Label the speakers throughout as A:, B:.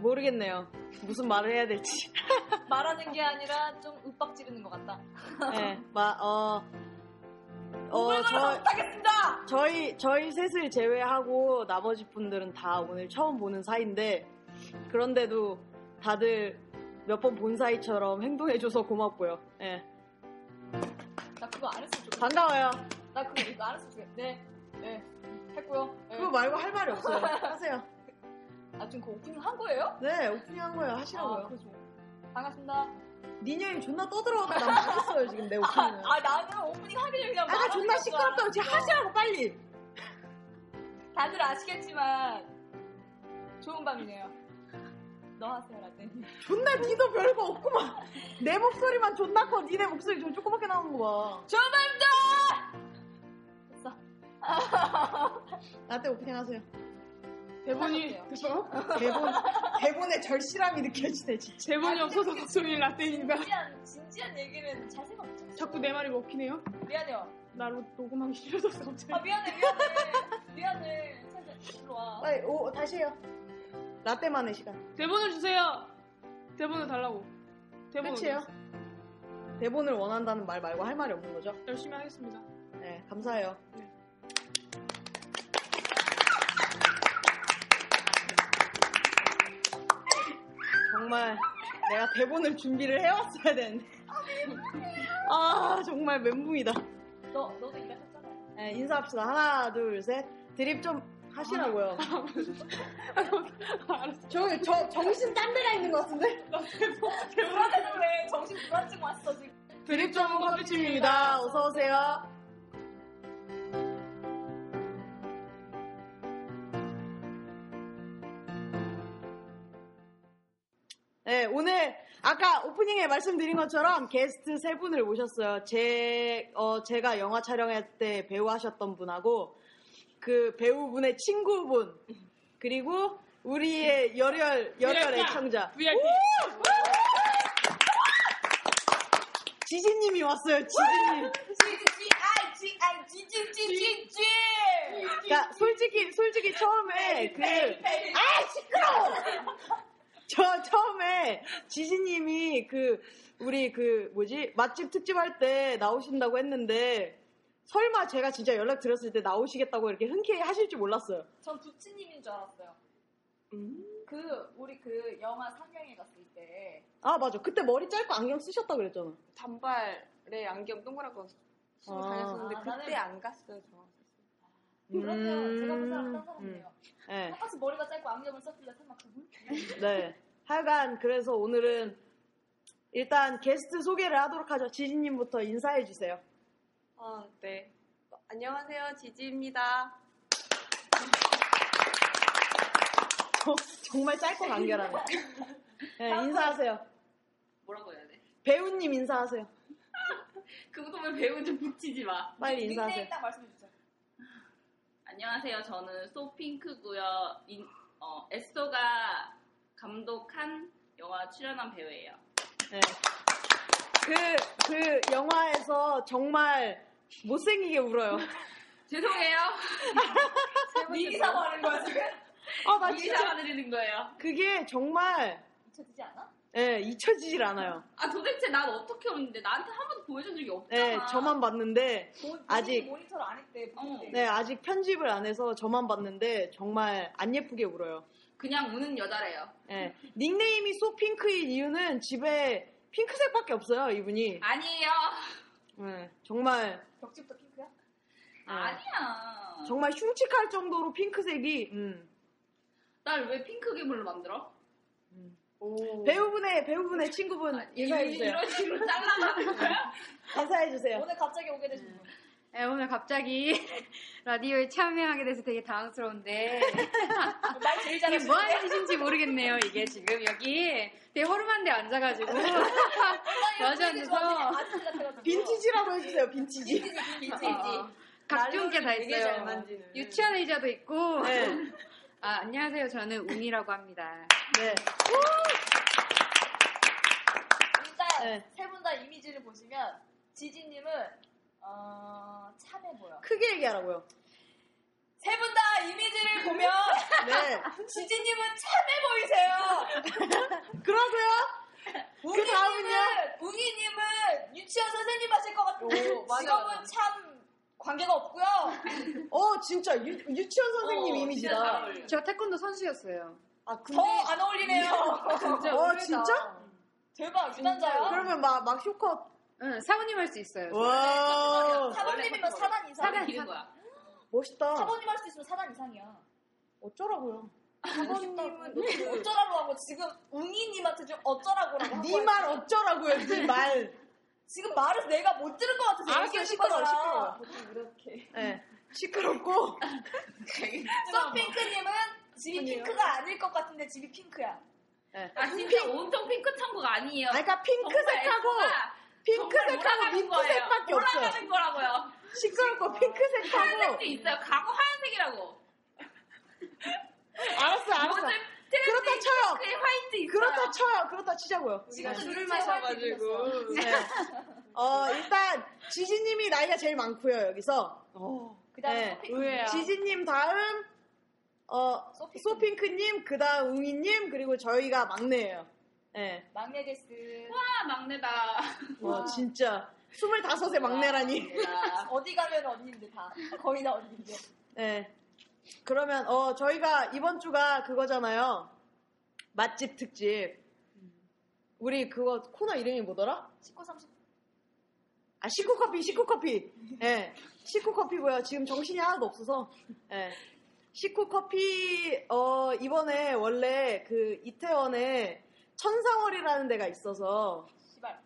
A: 모르겠네요. 무슨 말을 해야 될지.
B: 말하는 게 아니라 좀 윽박 지르는 것 같다.
A: 네, 마, 어, 어, 저,
B: 하겠습니다.
A: 저희, 저희 셋을 제외하고 나머지 분들은 다 오늘 처음 보는 사이인데 그런데도 다들 몇 번 본 사이처럼 행동해줘서 고맙고요. 예,
B: 나 그거 안 했으면 좋겠다.
A: 반가워요.
B: 나 그거 이거 안 했으면 좋겠다. 네, 네, 했고요. 네.
A: 그거 말고 할 말이 없어요. 하세요.
B: 아 지금 그 오프닝 한 거예요?
A: 네, 오프닝 한 거예요.
B: 아,
A: 하시라고요.
B: 그죠. 반갑습니다.
A: 니녀이 존나 떠들어가고 나 말했어요 지금 내 오프닝을
B: 아 나는 오프닝 하기 전에 그냥
A: 아까
B: 말하는
A: 존나
B: 줄
A: 시끄럽다고 지금
B: 알았어.
A: 하시라고 빨리
B: 다들 아시겠지만 좋은 밤이네요. 너 하세요 라떼님.
A: 존나 니도 별거 없구만 내 목소리만 존나 커 니네 목소리 좀 조그맣게 나오는 거봐
B: 좋은 밤입니다.
A: 나한테 오프닝 하세요
B: 대본이-
A: 대본 대본의 절실함이 느껴지네 진짜
C: 대본이 없어서 목소리 라떼입니다.
B: 진지한 진지한 얘기는 잘 생각 못 했어.
C: 자꾸 내 말이 먹히네요.
B: 미안해요.
C: 나 로- 녹음하기 싫어서
B: 아
C: 갑자기.
B: 미안해 미안해 미안해. 찾아 일로 와.
A: 빨리 오 다시 해요 라떼만의 시간
C: 대본을 주세요. 대본을 달라고. 대본
A: 끝이에요
C: 어디
A: 대본을 원한다는 말 말고 할 말이 없는 거죠
C: 있어요? 열심히 하겠습니다.
A: 네 감사해요 정말 내가 대본을 준비를 해왔어야 되는데. 아, 정말 멘붕이다.
B: 너 너도 일하셨잖아요.
A: 네, 인사합시다. 하나, 둘, 셋. 드립 좀 하시라고요.
C: 알았어.
A: 저, 저, 정신 딴 데가 있는 것 같은데?
B: 불안해서 그래. 정신 불안증 왔어 지금.
A: 드립 좀 커피팀입니다. 어서오세요. 네, 오늘 아까 오프닝에 말씀드린 것처럼 게스트 세 분을 모셨어요. 제, 어, 제가 영화 촬영할 때 배우 하셨던 분하고 그 배우분의 친구분 그리고 우리의 열혈, 열혈 애청자
C: VIP.
A: 지지님이 왔어요. 지지님.
B: 지지지아 지아 지지지지지.
A: 그러니까 솔직히 솔직히
B: 네,
A: 처음에 그 아, 시끄러워! 저 처음에 지지님이 그 우리 그 뭐지 맛집 특집 할 때 나오신다고 했는데 설마 제가 진짜 연락 드렸을 때 나오시겠다고 이렇게 흔쾌히 하실 줄 몰랐어요.
B: 전 부친님인 줄 알았어요. 그 우리 그 영화 상영회 갔을 때
A: 아 맞아 그때 머리 짧고 안경 쓰셨다 고 그랬잖아.
D: 단발에 안경 동그랗게 얹고 쓰고
A: 아.
D: 다녔었는데
B: 아,
D: 그때
B: 나는-
D: 안 갔어요 저.
B: 그렇대요. 그렇죠. 제가 본 사람 딴
A: 음.
B: 사람이에요.
A: 네,
B: 똑같이 머리가 짧고 안경을 썼길래 설마 그분?
A: 네. 하여간 그래서 오늘은 일단 게스트 소개를 하도록 하죠. 지지님부터 인사해 주세요.
D: 아 네. 어, 안녕하세요 지지입니다.
A: 정말 짧고 간결하네. 네, 인사하세요.
D: 뭐라고 해야 돼?
A: 배우님 인사하세요.
D: 그것도 배우 좀 붙이지 마.
A: 빨리
B: 닉네임
A: 인사하세요.
B: 딱 말씀해 주세요.
D: 안녕하세요 저는 소핑크고요. 어, 에스토가 감독한 영화 출연한 배우예요.
A: 네. 그, 그 영화에서 정말 못생기게 울어요.
D: 죄송해요.
B: 미리 사과하는 거야 지금?
A: 아, 나 진짜.
D: 받아드리는 거예요.
A: 그게 정말,
B: 미쳐지지 않아?
A: 예, 잊혀지질 않아요.
D: 아 도대체 난 어떻게 오는데 나한테 한 번도 보여준 적이
A: 예,
E: 네,
A: 저만 봤는데,
D: 뭐,
B: 모-
A: 아직-
B: 본인이 모니터를 안 했대.
D: 어.
A: 네, 아직 편집을 안 해서 저만 봤는데, 정말 안 예쁘게 울어요.
D: 그냥 우는 여자래요.
A: 예. 닉네임이 소핑크인 이유는 집에 핑크색밖에 없어요, 이분이.
D: 아니에요.
A: 예, 정말 예,
B: 벽집도 핑크야?
D: 아니에요. 아니야.
A: 정말 흉측할 정도로 핑크색이 음.
D: 날 왜 핑크 괴물로 만들어?
A: 배우분의 배우분의 친구분
D: 아, 이-
A: 인사해 주세요.
D: 이런 식으로 잘라가는 거야?
A: 감사해 주세요.
B: 오늘 갑자기 오게 되신 분.
E: 네, 오늘 갑자기 라디오에 참여하게 돼서 되게 당황스러운데
B: 네. 말 제일
E: 이게
B: 잘하시는
E: 뭐 하는 짓인지 모르겠네요. 이게 지금 여기 되게 허름한 데 앉아가지고 마주 앉아서
B: 아저씨 같아가지고. 어.
A: 빈티지라고 해주세요. 빈티지.
D: 빈티지.
E: 각종 게 다 있어요.
A: 만지는.
E: 유치원 의자도 있고
A: 네.
E: 아, 안녕하세요. 저는 운이라고 합니다.
A: 네.
B: 일단
A: 네.
B: 세 분 다 이미지를 보시면 지지님은 어, 참해 보여.
A: 크게 얘기하라고요.
B: 세 분 다 이미지를 보면
A: 네.
B: 지지님은 참해 보이세요.
A: 그러고요. 그 다음은요.
B: 웅이님은 웅이님은 유치원 선생님 하실 것 같고
D: 맞아,
B: 직업은
D: 맞아.
B: 참 관계가 없고요.
A: 어 진짜 유, 유치원 선생님
D: 어, 진짜 잘
A: 이미지다.
D: 어울려.
E: 저 태권도 선수였어요.
A: 아 근데
B: 더 안 어울리네요.
E: 진짜
A: 어
E: 의외다.
A: 진짜?
B: 대박 유단자야.
A: 그러면 막 막 쇼컷.
E: 응, 사모님 할 수 있어요.
A: 와
B: 사범님이면 사단 이상.
D: 사람
E: 사단,
D: 기른
E: 사단.
D: 거야.
A: 멋있다.
B: 사범님 할 수 있으면 사단 이상이야.
A: 어쩌라고요?
B: 사범님은 어쩌라고 하고 지금 웅이님한테 좀 어쩌라고라고 하고
A: 니네 말 어쩌라고요? 니 말.
B: 지금 말을 내가 못 들은 것 같아서
A: 알았어요.
B: 얘기하는
A: 시끄러워.
B: 거잖아.
A: 시끄러워.
B: 이렇게.
A: 네. 시끄럽고
B: 썬핑크님은 집이 핑크가 아닐 것 같은데 집이 핑크야.
D: 아 진짜 온통 핑크 천국 아니에요.
A: 아, 그러니까 핑크색하고
D: 정말
A: 핑크색하고
D: 몰아가는 거예요.
A: 민트색밖에 없어요.
D: 몰아가는 거라고요. 어,
A: 시끄럽고 핑크색하고
D: 하얀색도 있어요. 과거 하얀색이라고.
A: 알았어 알았어.
D: 뭐든 트렌드
A: 그렇다 쳐요.
D: 핑크에 화이트 있어요.
A: 그렇다 쳐요. 그렇다 치자고요.
B: 지금 줄을 마셔가지고.
A: 네. 어 일단 지지님이 나이가 제일 많고요 여기서.
B: 그다음에
A: 네.
E: 의외야.
A: 지지님 다음 어
B: 소핑크.
A: 소핑크님 그다음 웅이님 그리고 저희가 막내예요. 네.
B: 막내 데스.
D: 아, 막내다.
A: 와 진짜 스물다섯의 막내라니.
D: 막내다.
B: 아, 어디 가면 언니인데 다 거의 다 언니인데.
A: 네. 그러면 어 저희가 이번 주가 그거잖아요. 맛집 특집.
E: 음.
A: 우리 그거 코너 이름이 뭐더라?
B: 19, 30.
A: 아 식구 커피, 식구 커피. 예. 식구 커피고요. 지금 정신이 하나도 없어서. 예. 식구 커피 어 이번에 원래 그 이태원에 천상월이라는 데가 있어서
B: 씨발.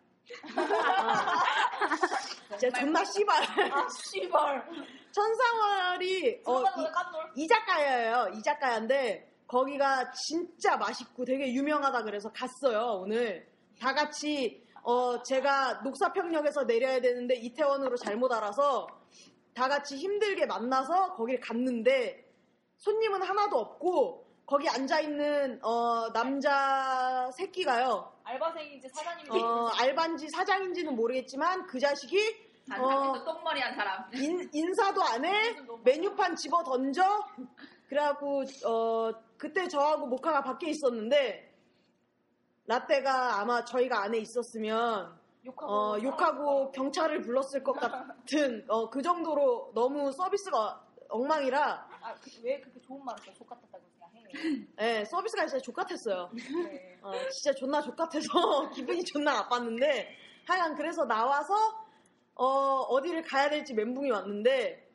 A: 진짜 존나 씨발
B: 아 씨발.
A: 천상월이 어,
B: 들어가다
A: 이-
B: 어, 깜놀.
A: 이자카야예요. 이자카야인데 거기가 진짜 맛있고 되게 유명하다 그래서 갔어요. 오늘 다 같이 어 제가 녹사평역에서 내려야 되는데 이태원으로 잘못 알아서 다 같이 힘들게 만나서 거길 갔는데 손님은 하나도 없고 거기 앉아 있는 어 남자 새끼가요.
B: 알바생인지 사장님인지.
A: 어 알반지 사장인지는 모르겠지만 그 자식이 어.
D: 단상에서 똥머리한 사람.
A: 인, 인사도 안 해. 메뉴판 집어 던져. 그래갖고 어 그때 저하고 모카가 밖에 있었는데 라떼가 아마 저희가 안에 있었으면
B: 욕하고.
A: 어 욕하고 경찰을 불렀을 것 같은 어 그 정도로 너무 서비스가 엉망이라
B: 아, 그, 왜 그렇게 좋은 말을 써족 같았다고 그냥 해.
A: 예 서비스가 진짜 족같았어요.
B: 네.
A: 어, 진짜 존나 족같아서 기분이 존나 나빴는데 하여간 그래서 나와서 어, 디를 가야 될지 멘붕이 왔는데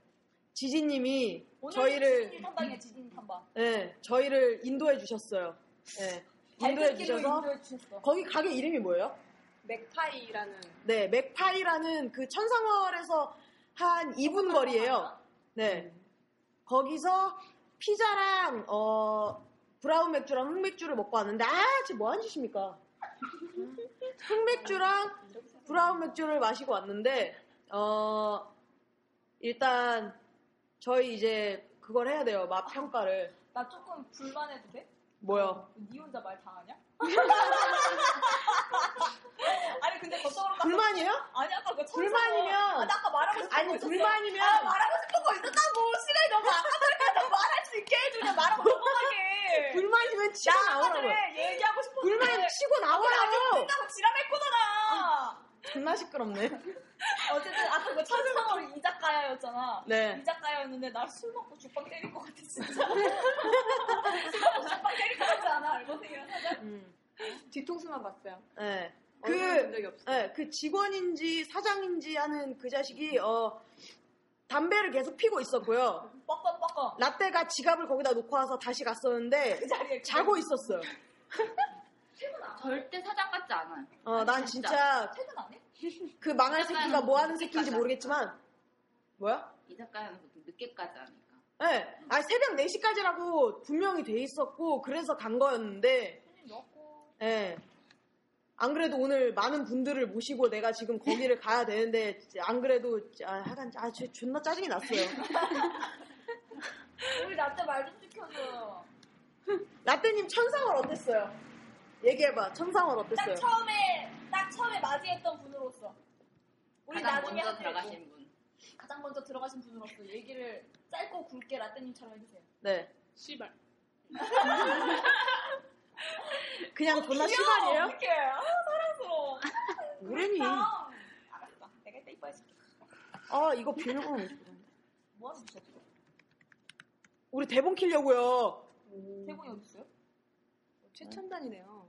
A: 지지님이
B: 오늘
A: 저희를
B: 지진님 탐방이야 지진님 탐방.
A: 예, 저희를 인도해 주셨어요. 예, 인도해
B: 밝은 길로
A: 주셔서
B: 인도해 주셨어.
A: 거기 가게 이름이 뭐예요?
C: 맥파이라는
A: 네, 맥파이라는 그 천상월에서 한 2분 거리예요. 네, 거기서 피자랑 어, 브라운 맥주랑 흑맥주를 먹고 왔는데 아, 지금 뭐 하는 짓입니까? 흑맥주랑 브라운 맥주를 마시고 왔는데 어, 일단 저희 이제 그걸 해야 돼요. 맛 평가를
B: 나 조금 불만해도 돼?
A: 뭐요?
B: 니 혼자 말 다 하냐? 아니 근데 겉으로 딱
A: 불만이에요?
B: 아니 아까 그 청소
A: 불만이면- 그,
B: 아, 나 아까 말하고 싶은
A: 아니,
B: 거 있었어.
A: 불만이면-
B: 아, 말하고 싶은 거 있었다고 어, 시간이 너무 아까들까 좀 말할 수 있게 해주냐 말하고 넘어가게
A: 어, 불만이면 치고 나오라고.
B: 아까들에 얘기하고 싶은
A: 불만이면 치고 나오라고.
B: 끝나고 지랄할 거잖아
A: 존나 시끄럽네.
B: 어쨌든 아까 그 천상으로 이자카야였잖아
A: 네.
B: 이자카야였는데 나 술 먹고 죽빵 때릴 것 같아 진짜 술 먹고 죽빵 때릴 것 같지 않아 알고생이랑 사장
C: 뒤통수만 봤어요.
A: 네.
C: 얼굴 본
A: 그,
C: 적이 없어요.
A: 네, 그 직원인지 사장인지 하는 그 자식이 어 담배를 계속 피고 있었고요.
B: 뻐꺼뻐꺼.
A: 라떼가 지갑을 거기다 놓고 와서 다시 갔었는데
B: 자리에
A: 자고 있었어요.
B: 퇴근 안 해?
D: 절대 사장 같지 않아요.
A: 어, 난 진짜
B: 퇴근 안 해?
A: 그 망할 새끼가 뭐 하는 새끼인지 모르겠지만 뭐야?
D: 이 작가는 보통 늦게까지 하니까.
A: 예. 아 새벽 4시까지라고 분명히 돼 있었고 그래서 간 거였는데
B: 손님 넣고.
A: 예. 안 그래도 오늘 많은 분들을 모시고 내가 지금 거기를 가야 되는데 안 그래도 아, 약간 아 저- 존나 짜증이 났어요.
B: 우리 나한테 말좀 시켜줘.
A: 라떼님 천상월 어땠어요? 얘기해봐. 천상월
B: 딱
A: 어땠어요?
B: 처음에, 딱 처음에 맞이했던 분으로서. 우리
D: 가장
B: 나중에
D: 먼저
B: 합의했고.
D: 들어가신 분.
B: 가장 먼저 들어가신 분으로서 얘기를 짧고 굵게 라떼님처럼 해주세요.
A: 네.
C: 씨발.
A: 그냥 존나
B: 귀여워,
A: 시발이에요?
B: 어떡해. 아, 사랑스러워.
A: 우레니.
B: 다음. 아. 알았어. 내가 이따 이뻐해줄게.
A: 아 이거 비밀번호 못 주고 다니네.
B: 뭐 하는 짓이야?
A: 우리 대본 키려고요.
B: 대본이 어딨어요?
E: 최첨단이네요.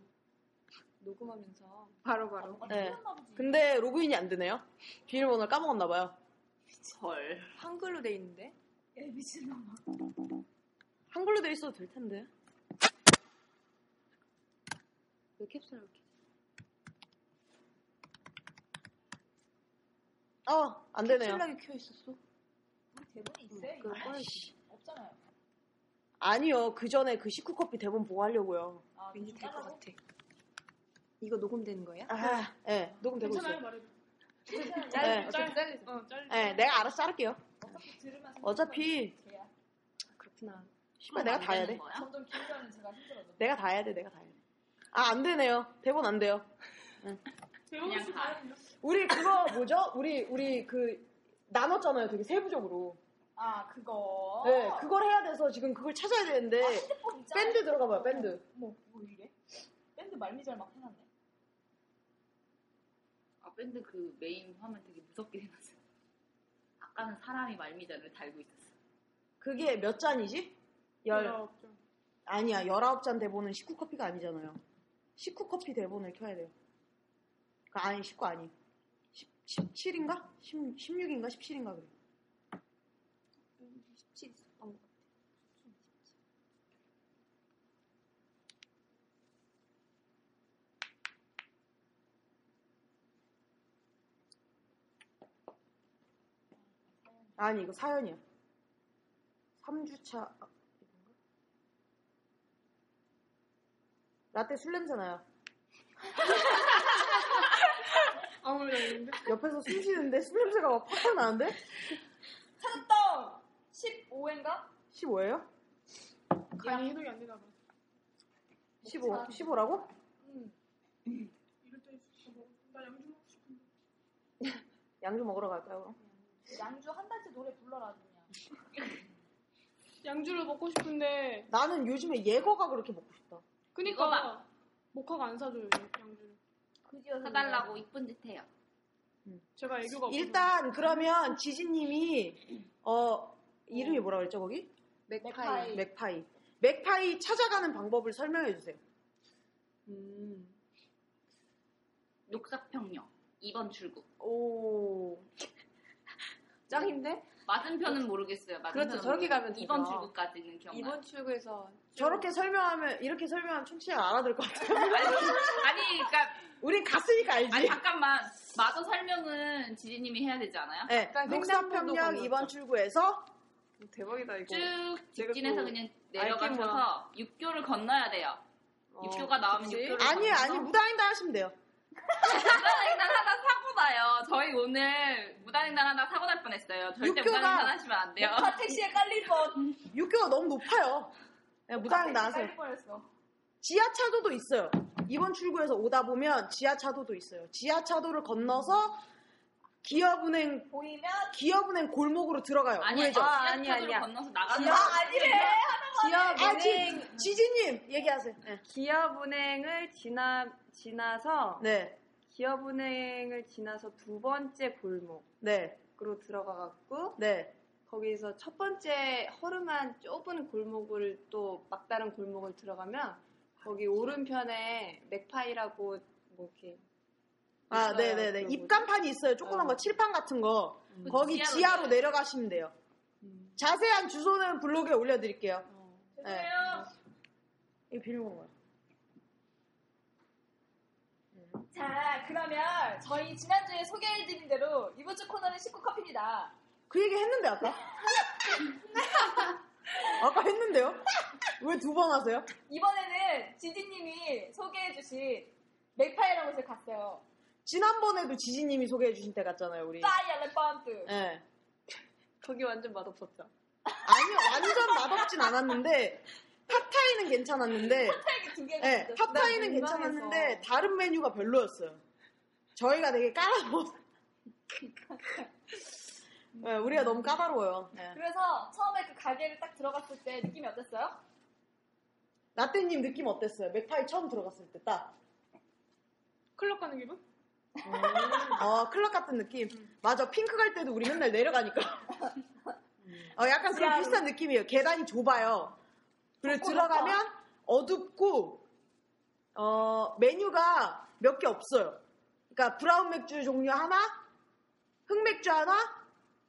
E: 녹음하면서 바로 바로.
B: 아,
A: 네.
B: 틀렸나 보지.
A: 근데 로그인이 안 되네요. 비밀번호를 까먹었나 봐요.
D: 절.
E: 한글로 돼 있는데.
B: 야, 예, 미친놈아.
A: 한글로 돼 있어도 될 텐데.
E: 왜 캡슐 이렇게?
A: 어, 안 되네요.
E: 캡슐하게 켜 있었어.
B: 대본이 있어요?
E: 그걸
B: 이거?
E: 꺼야지.
B: 없잖아요.
A: 아니요. 그 전에 그 식후 커피 대본 보고 하려고요.
B: 아,
E: 왠지
B: 좀
E: 될 것
B: 잘라고?
E: 같아. 이거 녹음되는 거야?
A: 아, 예. 녹음 되고
C: 괜찮아요,
A: 있어요.
C: 말해도.
A: 네,
C: 짤, 짤, 짤. 어, 짤.
A: 예, 내가 알아서 자를게요.
B: 어차피 들으면
A: 어차피
B: 제야.
E: 그렇구나.
A: 씨발 내가 다 해야 돼.
D: 거야?
B: 점점 길면 제가 힘들어져.
A: 내가 다 해야 돼. 내가 다 해야 돼. 아, 안 되네요. 대본 안 돼요.
C: 배우고
D: 그냥
C: 싶
D: 가.
A: 우리 그거 뭐죠? 우리 우리 그 나눴잖아요. 되게 세부적으로.
B: 아, 그거.
A: 네, 그걸 해야 돼서 지금 그걸 찾아야 되는데
B: 어. 아, 핸드폰 있잖아.
A: 밴드 들어가 봐요. 밴드.
B: 뭐, 뭐 이래? 밴드 말미잘 막 해놨네.
D: 아, 밴드 그 메인 화면 되게 무섭게 생겼어요. 아까는 사람이 말미잘을 달고 있었어.
A: 그게 몇 잔이지? 열 아니야. 19잔 대본은 식후 커피가 아니잖아요. 식후 커피 대본을 켜야 돼요. 그 아니, 식구 아니. 17, 인가 16인가? 17인가 그래.
E: 17 있었던 것 같아.
A: 아니, 이거 사연이야. 3주차 라떼 술 냄새 나요.
C: 아무 말도 안 했는데.
A: 옆에서 숨 쉬는데 술 냄새가 막 팍팍 나는데?
B: 찾았다! 15회인가?
A: 15예요?
C: 간이 해독이 안 되나 봐.
A: 15, 15라고?
B: 응.
C: 이럴 때 진짜 뭐, 나 양주 먹고 싶은데.
A: 양주 먹으러 갈까요?
B: 양주 한 달째 노래 불러라, 아주 그냥.
C: 양주를 먹고 싶은데.
A: 나는 요즘에 예거가 그렇게 먹고 싶다.
C: 그니까.
D: 이거 봐.
C: 모카가 안 사줘요, 양주를.
B: 그지어
D: 사달라고 이쁜 듯 해요.
C: 제가 애교가 없어서.
A: 일단 그러면 지지님이 어 이름이 뭐라 그랬죠 거기?
B: 맥파이.
A: 맥파이. 맥파이 찾아가는 방법을 설명해 주세요.
E: 음.
D: 녹사평역 2번 출구.
A: 오
E: 짱인데?
D: 맞은편은 모르겠어요. 맞은편은
E: 그렇죠, 저렇게 가면
D: 2번
E: 되죠.
D: 출구까지 있는 경우.
E: 이번 출구에서
A: 저렇게 설명하면 이렇게 설명하면 청취자 알아들 것 같아요.
D: 아니, 그러니까
A: 우린 갔으니까
D: 아니
A: 알지.
D: 잠깐만. 마저 설명은 지지님이 해야 되지 않아요?
A: 네,
E: 약간
A: 녹산평양
E: 횡단보도
A: 2번
E: 건너죠.
A: 출구에서
E: 대박이다 이거.
D: 쭉
E: 뭐, 제가
D: 직진해서
E: 또
D: 그냥
E: 알겠구나.
D: 내려가셔서 육교를 건너야 돼요.
E: 어,
D: 육교가 나오면
E: 그치?
D: 육교를
A: 아니
D: 건너서
A: 아니 무당이다 하시면 돼요.
D: 무단횡단 하나 사고 나요. 저희 오늘 무단횡단 하나 사고 날 뻔했어요. 절대
A: 육교가-
D: 무단횡단 하시면 안 돼요.
B: 카 택시에 깔릴 뻔.
A: 육교가 너무 높아요. 네, 무당이다 하세요.
B: 깔릴 뻔했어.
A: 지하차도도 있어요. 이번 출구에서 오다 보면 지하차도도 있어요. 지하차도를 건너서 기업은행
B: 보이면
A: 기업은행 골목으로 들어가요.
D: 아니,
A: 우회전.
E: 아,
D: 아니,
E: 아니야,
D: 아니야.
E: 아니야.
D: 건너서 나가는
B: 나 아니래.
A: 아,
E: 기업은행
A: 지, 지지님 얘기하세요. 네.
E: 기업은행을 지나 지나서
A: 네,
E: 기업은행을 지나서 두 번째 골목으로
A: 네,
E: 들어가갖고
A: 네.
E: 거기서 첫 번째 허름한 좁은 골목을 또 막다른 골목을 들어가면 거기 오른편에 맥파이라고 뭐 이렇게
A: 아,
E: 있어요.
A: 네네네.
E: 그런
A: 입간판이 있어요. 조그만 거, 칠판 같은 거.
E: 그
A: 거기
D: 지하로
A: 지하로 내려가시면 돼요.
E: 음.
A: 자세한 주소는 블로그에 올려드릴게요.
E: 어.
A: 네.
D: 그래요.
A: 이거 비밀번호 뭐야?
B: 자, 그러면 저희 지난주에 소개해드린 대로 이번 주 코너는 식구 커피입니다.
A: 그 얘기 했는데, 아까? 아까 했는데요? 왜 두 번 하세요?
B: 이번에는 지디님이 소개해주신 맥파이라는 곳을 갔어요.
A: 지난번에도 지지님이 소개해주신 때 갔잖아요,
E: 네.
A: 우리.
B: 파이 엘레펀트.
A: 예.
E: 거기 완전 맛없었죠.
A: 아니요, 완전 맛없진 않았는데, 팟타이는 괜찮았는데,
B: 파이 두 개가
A: 예,
B: 있었어요.
A: 팟타이는
B: 네,
A: 괜찮았는데,
B: 민망해서.
A: 다른 메뉴가 별로였어요. 저희가 되게 까다로워. 예, 우리가 너무 까다로워요. 예.
B: 그래서 처음에 그 가게를 딱 들어갔을 때 느낌이 어땠어요?
A: 라떼님 느낌 어땠어요? 맥파이 처음 들어갔을 때 딱.
C: 클럽 가는 기분?
A: 어, 클럽 같은 느낌. 맞아, 핑크 갈 때도 우리 맨날 내려가니까. 어, 약간 그런
B: 지하로.
A: 비슷한 느낌이에요. 계단이 좁아요. 그리고
B: 좁고
A: 들어가면 어둡고, 어, 메뉴가 몇 개 없어요. 그러니까 브라운 맥주 종류 하나, 흑맥주 하나,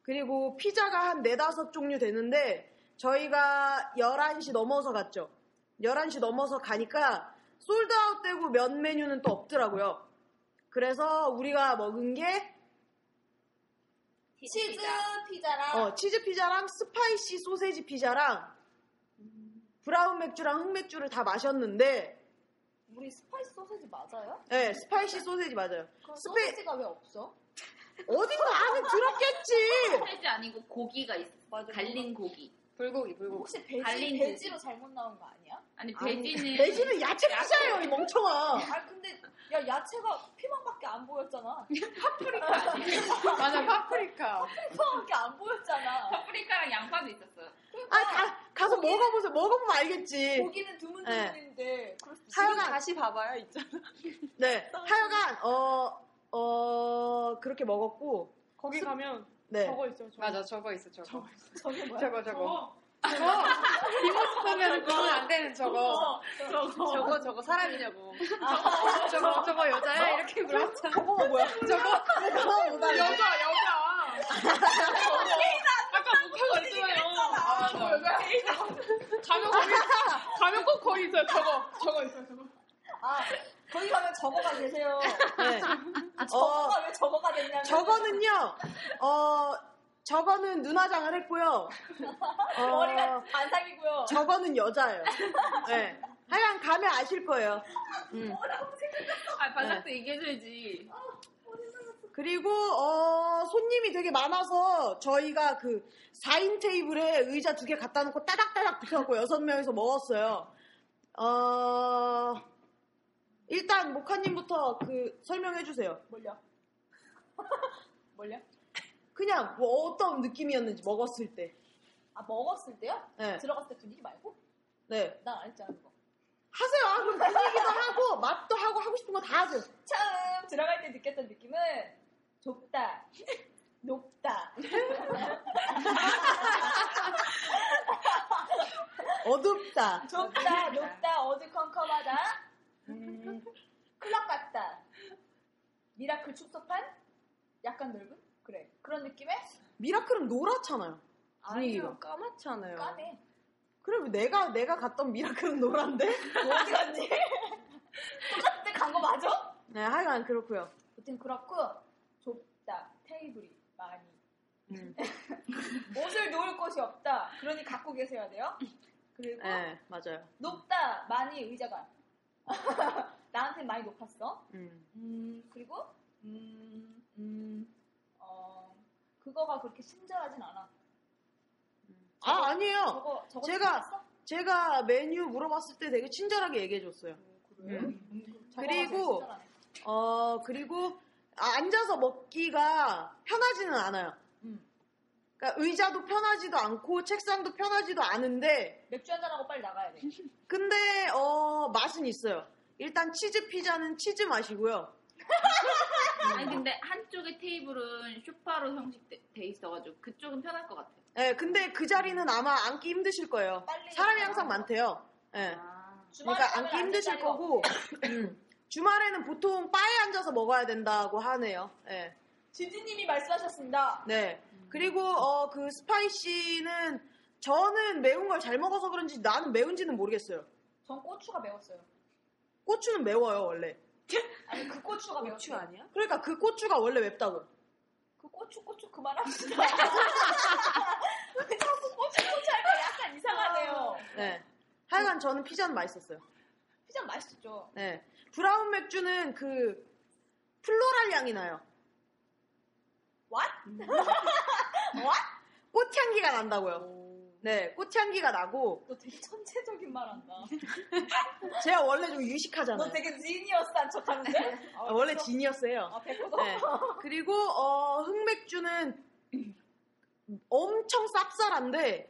A: 그리고 피자가 한 네다섯 종류 되는데, 저희가 11시 넘어서 갔죠. 11시 넘어서 가니까, 솔드아웃 되고 면 메뉴는 또 없더라고요. 그래서 우리가 먹은 게,
B: 치즈 피자랑
A: 어, 치즈 피자랑 스파이시 소세지 피자랑 브라운 맥주랑 흑맥주를 다 마셨는데,
B: 우리 스파이스 소세지 맞아요?
A: 네, 스파이시 소세지 맞아요.
B: 그럼
A: 스페-
B: 소세지가 왜 없어?
A: 어딘가 안에 들었겠지!
D: 소세지 아니고 고기가 있어. 갈린 고기.
E: 불고기, 불고기.
B: 혹시 돼지
D: 갈린
B: 돼지로 잘못 나온 거 아니야?
D: 아니 돼지는
A: 돼지는 야채 피자예요, 이 멍청아!
B: 아 근데 야 야채가 피망밖에 안 보였잖아.
D: 파프리카 아니에요?
E: 맞아, 파프리카.
B: 피망밖에 안 보였잖아.
D: 파프리카랑 양파도 있었어요.
A: 아, 가, 가서 먹어보세요. 먹어보면 알겠지.
B: 고기는
A: 네.
B: 드문드문인데 그럴 수도 있어.
A: 하여간,
E: 다시 봐봐요, 있죠.
A: 네, 하여간, 어, 어, 그렇게 먹었고,
C: 거기 가면
A: 네.
C: 저거 있어요. 저거.
E: 맞아, 저거 있어, 저거.
B: 저게 뭐야?
E: 저거, 저거.
C: 저거.
E: 저거. 이 모습 보면 그건 안 되는 저거.
B: 어, 저거.
E: 저거, 저거 사람이냐고. 저거, 저거 여자야? 이렇게 물어봤잖아. 그렇죠.
A: 저거가 뭐야?
E: 저거,
A: 저거가 뭐다?
C: 여자, 여자. 아까 목표 걸잖아요. 아, 저거 여자. 가면 거기, 가면 꼭 거기 있어요. 저거, 저거 있어요. 저거.
B: 아 거기 가면 저거가 계세요.
A: 네. 어,
B: 아, 저거가 왜 저거가 됐냐면
A: 저거는요, 어, 저거는 눈화장을 했고요. 어,
B: 머리가 반상이고요.
A: 저거는 여자예요. 네. 하여간 가면 아실 거예요. 음.
D: 아 바삭도 얘기해줘야지.
A: 그리고, 어, 손님이 되게 많아서 저희가 그 4인 테이블에 의자 두 개 갖다 놓고 따닥따닥 붙여갖고 여섯 명이서 먹었어요. 어, 일단 모카님부터 그 설명해주세요.
B: 몰려. 몰려?
A: 그냥 뭐 어떤 느낌이었는지 먹었을 때.
B: 아 먹었을 때요?
A: 네.
B: 들어갔을 때 분위기 말고?
A: 네.
B: 난 안 했잖아 그거.
A: 하세요. 아, 그럼 분위기도 하고, 맛도 하고, 하고 싶은 거 다 하세요.
B: 처음 들어갈 때 느꼈던 느낌은 좁다, 높다,
A: 어둡다. 아,
B: 좁다,
A: 네.
B: 높다, 어두컴컴하다,
A: 음.
B: 클럽 같다, 미라클 축소판, 약간 넓은 그래 그런 느낌의
A: 미라클은 노랗잖아요.
B: 아니요
E: 까맣잖아요.
B: 까네.
A: 그럼 내가, 내가 갔던 미라클은 노란데?
B: 어디 갔니? 똑같은데 간 거 맞아?
A: 네, 하여간 그렇고요
B: 아무튼 그렇고 좁다 테이블이 많이
A: 음.
B: 옷을 놓을 곳이 없다 그러니 갖고 계셔야 돼요 그리고
A: 네, 맞아요.
B: 높다 많이 의자가 나한테 많이 높았어
A: 음.
B: 음 그리고 음, 음, 어, 그거가 그렇게 친절하진 않아
A: 아, 아니에요.
B: 저거 저거
A: 어, 제가-
B: 생각했어?
A: 제가 메뉴 물어봤을 때 되게 친절하게 얘기해줬어요. 음.
B: 저거가 제일
A: 그리고,
B: 친절하네.
A: 어, 그리고, 아, 앉아서 먹기가 편하지는 않아요.
B: 음.
A: 그러니까 의자도 편하지도 않고, 책상도 편하지도 않은데,
B: 맥주 한잔하고 빨리 나가야 돼
A: 근데 어 맛은 있어요. 일단 치즈 피자는 치즈 맛이고요.
D: 아니 근데 한쪽의 테이블은 쇼파로 형식돼 돼 있어가지고 그쪽은 편할 것 같아요.
A: 예, 근데 그 자리는 아마 앉기 힘드실 거예요.
B: 빨리
A: 사람이 항상 많대요. 예.
D: 아.
B: 주말에
A: 그러니까
B: 가면
A: 앉기
B: 앉을
A: 힘드실
B: 자리가
A: 거고 주말에는 보통 바에 앉아서 먹어야 된다고 하네요. 네.
B: 지지님이 말씀하셨습니다.
A: 네. 그리고 어, 그 스파이시는 저는 매운 걸 잘 먹어서 그런지 나는 매운지는 모르겠어요.
B: 전 고추가 매웠어요.
A: 고추는 매워요 원래.
B: 아니 그 고추가 매웠어요. 아니야?
A: 그러니까 그 고추가 원래 맵다고.
B: 그 고추 고추 그만합시다. 왜 자꾸 고추 고추 할까 약간
E: 아.
B: 이상하네요.
A: 네. 하여간 저는 피자는 맛있었어요.
B: 피자 맛있죠.
A: 네. 브라운 맥주는 그 플로랄 향이 나요. 음.
B: What?
A: 꽃향기가 난다고요. 네, 꽃향기가 나고
B: 너 되게 천재적인 말 한다.
A: 제가 원래 좀 유식하잖아요.
B: 너 되게 지니어스한 척 하는데?
A: 아, 원래 지니어스예요.
B: 아, 배고파.
A: 네. 그리고 어, 흑맥주는 엄청 쌉쌀한데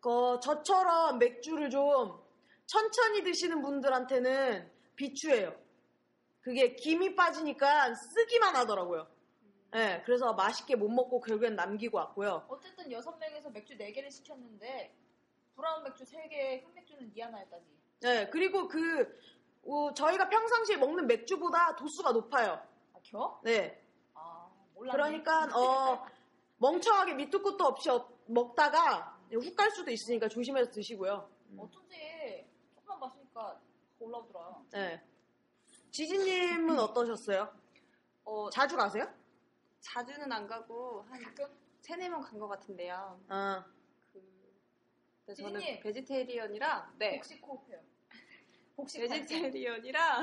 A: 그, 저처럼 맥주를 좀 천천히 드시는 분들한테는 비추예요. 그게 김이 빠지니까 쓰기만 하더라고요. 네, 그래서 맛있게 못 먹고 결국엔 남기고 왔고요.
B: 어쨌든 여섯 명에서 맥주 네 개를 시켰는데 브라운 맥주 세 개, 흑 맥주는 니 하나였다니.
A: 네, 그리고 그, 어, 저희가 평상시에 먹는 맥주보다 도수가 높아요.
B: 아, 겨?
A: 네.
B: 아, 몰랐네.
A: 그러니까, 어, 멍청하게 밑도 끝도 없이 어- 먹다가 훅 갈 수도 있으니까 조심해서 드시고요.
B: 음. 어쩐지 조금만 마시니까 올라오더라.
A: 네. 지지님은 어떠셨어요?
E: 어,
A: 자주 가세요?
E: 자주는 안 가고 한 세네 명 간 것 같은데요.
A: 아,
E: 그, 근데 저는
B: 지진이.
E: 베지테리언이라 네
B: 복식 호흡해요. 복식
E: 베지테리언이라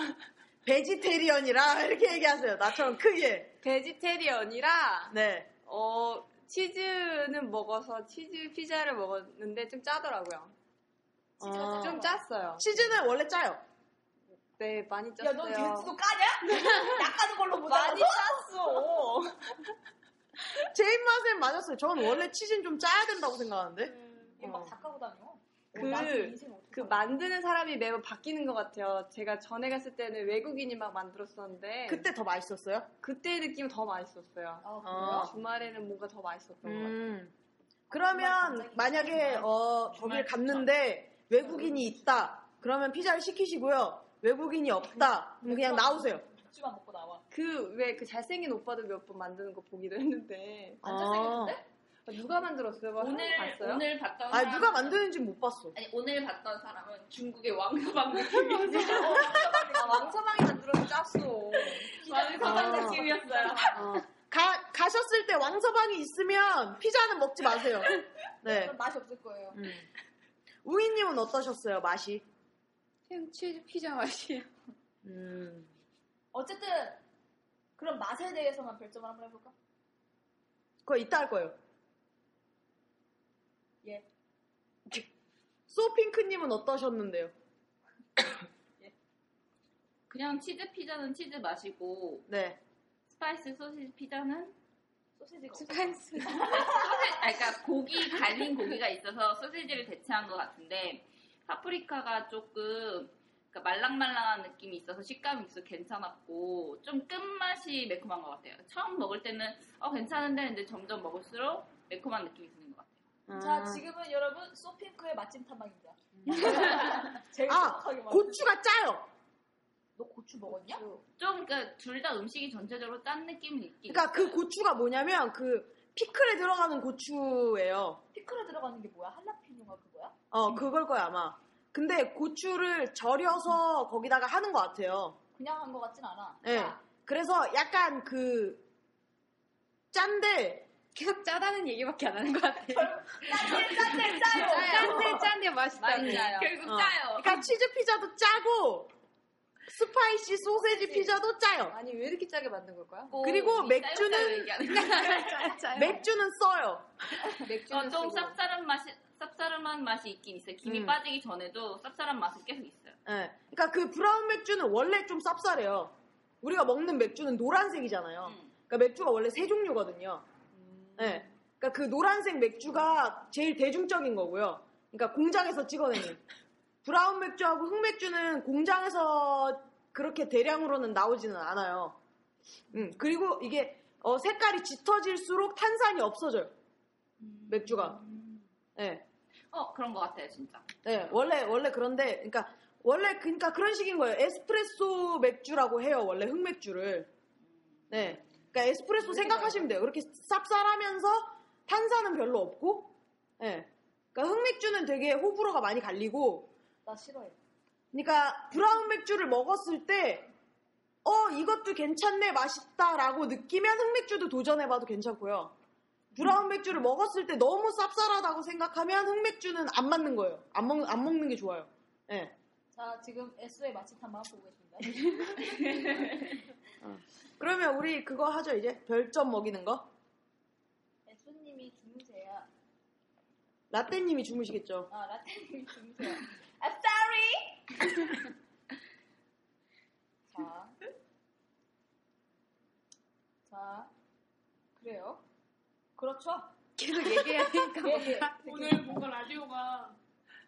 A: 베지테리언이라 이렇게 얘기하세요. 나처럼 크게.
E: 베지테리언이라
A: 네.
E: 어 치즈는 먹어서 치즈 피자를 먹었는데 좀 짜더라고요.
A: 어.
E: 좀 짰어요.
A: 치즈는 원래 짜요.
E: 네 많이 짰어요.
B: 야, 넌 제주도 까냐? 약하는 걸로 보자.
E: 많이 짰어.
A: 제 입맛엔 맞았어요. 전 원래 치즈는 좀 짜야 된다고 생각하는데.
B: 얘막 닦아고 다녀. 어,
E: 그- 그 만드는 사람이 매번 바뀌는 것 같아요. 제가 전에 갔을 때는 외국인이 막
B: 네.
E: 만들었었는데
A: 그때 더 맛있었어요?
E: 그때 느낌이 더 맛있었어요.
B: 아,
A: 어.
B: 그래요?
E: 주말에는 뭔가 더 맛있었던 것 같아요.
A: 음.
B: 정말
A: 그러면
B: 굉장히
A: 만약에
B: 많이
A: 어 거기를 갔는데 외국인이 있다. 그러면 피자를 시키시고요. 외국인이 없다. 그럼 그냥 나오세요.
B: 맥주만 먹고 나와.
E: 그 왜 그 잘생긴 오빠도 몇 번 만드는 거 보기도 했는데
B: 안
A: 아.
B: 잘생겼는데?
E: 누가 만들었어요? 뭐
D: 오늘
E: 봤어요?
D: 오늘 봤던
A: 아
D: 사람
A: 누가 만드는지 못 봤어.
D: 아니 오늘 봤던 사람은 중국의 왕서방 느낌이지
E: 아, 왕서방이 만들어서 짰어.
D: 왕서방
A: 아.
D: 느낌이었어요
A: 가 가셨을 때 왕서방이 있으면 피자는 먹지 마세요. 네.
B: 그럼 맛이 없을 거예요.
A: 음. 우이님은 어떠셨어요 맛이?
E: 그냥 치즈 피자 맛이야.
A: 음.
B: 어쨌든 그럼 맛에 대해서만 별점을 한번 해볼까?
A: 그거 이따 할 거예요.
B: 예.
A: 소핑크님은 어떠셨는데요?
D: 그냥 치즈 피자는 치즈 맛이고
A: 네.
D: 스파이스 소시지 피자는
B: 소시지가 없어.
E: 스파이스.
D: 소시- 아, 그러니까 고기 갈린 고기가 있어서 소시지를 대체한 것 같은데 파프리카가 조금 그러니까 말랑말랑한 느낌이 있어서 식감이 있어 괜찮았고 좀 끝맛이 매콤한 것 같아요. 처음 먹을 때는 어 괜찮은데 근데 점점 먹을수록 매콤한 느낌이 드는 것 같아요.
B: 자, 지금은 여러분 소핑크의 맛집 탐방입니다. 제일
A: 아,
B: 정확하게 말.
A: 고추가 짜요.
B: 너 고추 먹었냐?
D: 좀 그러니까 둘 다 음식이 전체적으로 짠 느낌은 있긴.
A: 그러니까 그 고추가 뭐냐면 그 피클에 들어가는 고추예요.
B: 피클에 들어가는 게 뭐야? 할라피뇨가 그거야?
A: 어 그걸 거야 아마. 근데 고추를 절여서 거기다가 하는 것 같아요.
B: 그냥 한 거 같진 않아.
A: 예.
B: 자,
A: 그래서 약간 그 짠데
E: 계속 짜다는 얘기밖에 안 하는 것 같아요.
B: 짠데 짠데 짜요.
E: 짠데 짠데 맛있다는.
D: 맛있어요. 결국
A: 어.
D: 짜요.
A: 그러니까 치즈 피자도 짜고 스파이시 소세지 피자도 짜요.
E: 아니 왜 이렇게 짜게 만든 걸까요?
A: 그리고
D: 이
A: 맥주는-
D: 짜요, 짜요 얘기하는 거야.
A: 맥주는 써요.
D: 어,
E: 맥주는
D: 좀
E: 쓰고.
D: 쌉싸름 맛이 쌉싸름한 맛이 있긴 있어요. 김이
A: 음.
D: 빠지기 전에도 쌉싸름 맛은 계속 있어요.
A: 예. 그러니까 그 브라운 맥주는 원래 좀 쌉쌀해요. 우리가 먹는 맥주는 노란색이잖아요.
D: 음.
A: 그러니까 맥주가 원래 세 종류거든요. 네. 그러니까 그 노란색 맥주가 제일 대중적인 거고요. 그러니까 공장에서 찍어내는 브라운 맥주하고 흑 맥주는 공장에서 그렇게 대량으로는 나오지는 않아요. 음, 그리고 이게 어, 색깔이 짙어질수록 탄산이 없어져요. 맥주가. 네.
D: 어 그런 것 같아요 진짜.
A: 네, 원래 원래 그런데 그러니까 원래 그러니까 그런 식인 거예요. 에스프레소 맥주라고 해요. 원래 흑맥주를. 네. 그러니까 에스프레소 생각하시면 돼요. 이렇게 쌉쌀하면서 탄산은 별로 없고 네. 그러니까 흑맥주는 되게 호불호가 많이 갈리고
B: 나 싫어해.
A: 그러니까 브라운 맥주를 먹었을 때 어, 이것도 괜찮네, 맛있다라고 느끼면 흑맥주도 도전해봐도 괜찮고요. 브라운 맥주를 먹었을 때 너무 쌉쌀하다고 생각하면 흑맥주는 안 맞는 거예요. 안, 먹, 안 먹는 게 좋아요. 예.
B: 자 지금 S의 마침판 맛 보고 계십니다.
A: 그러면 우리 그거 하죠, 이제? 별점 먹이는 거?
B: S님이 주무세요.
A: 라떼님이 주무시겠죠.
B: 아 라떼님이 주무세요. I'm sorry. 자, 자 그래요. 그렇죠.
F: 계속 얘기하니까
B: 예, 예.
C: 오늘 뭔가 라디오가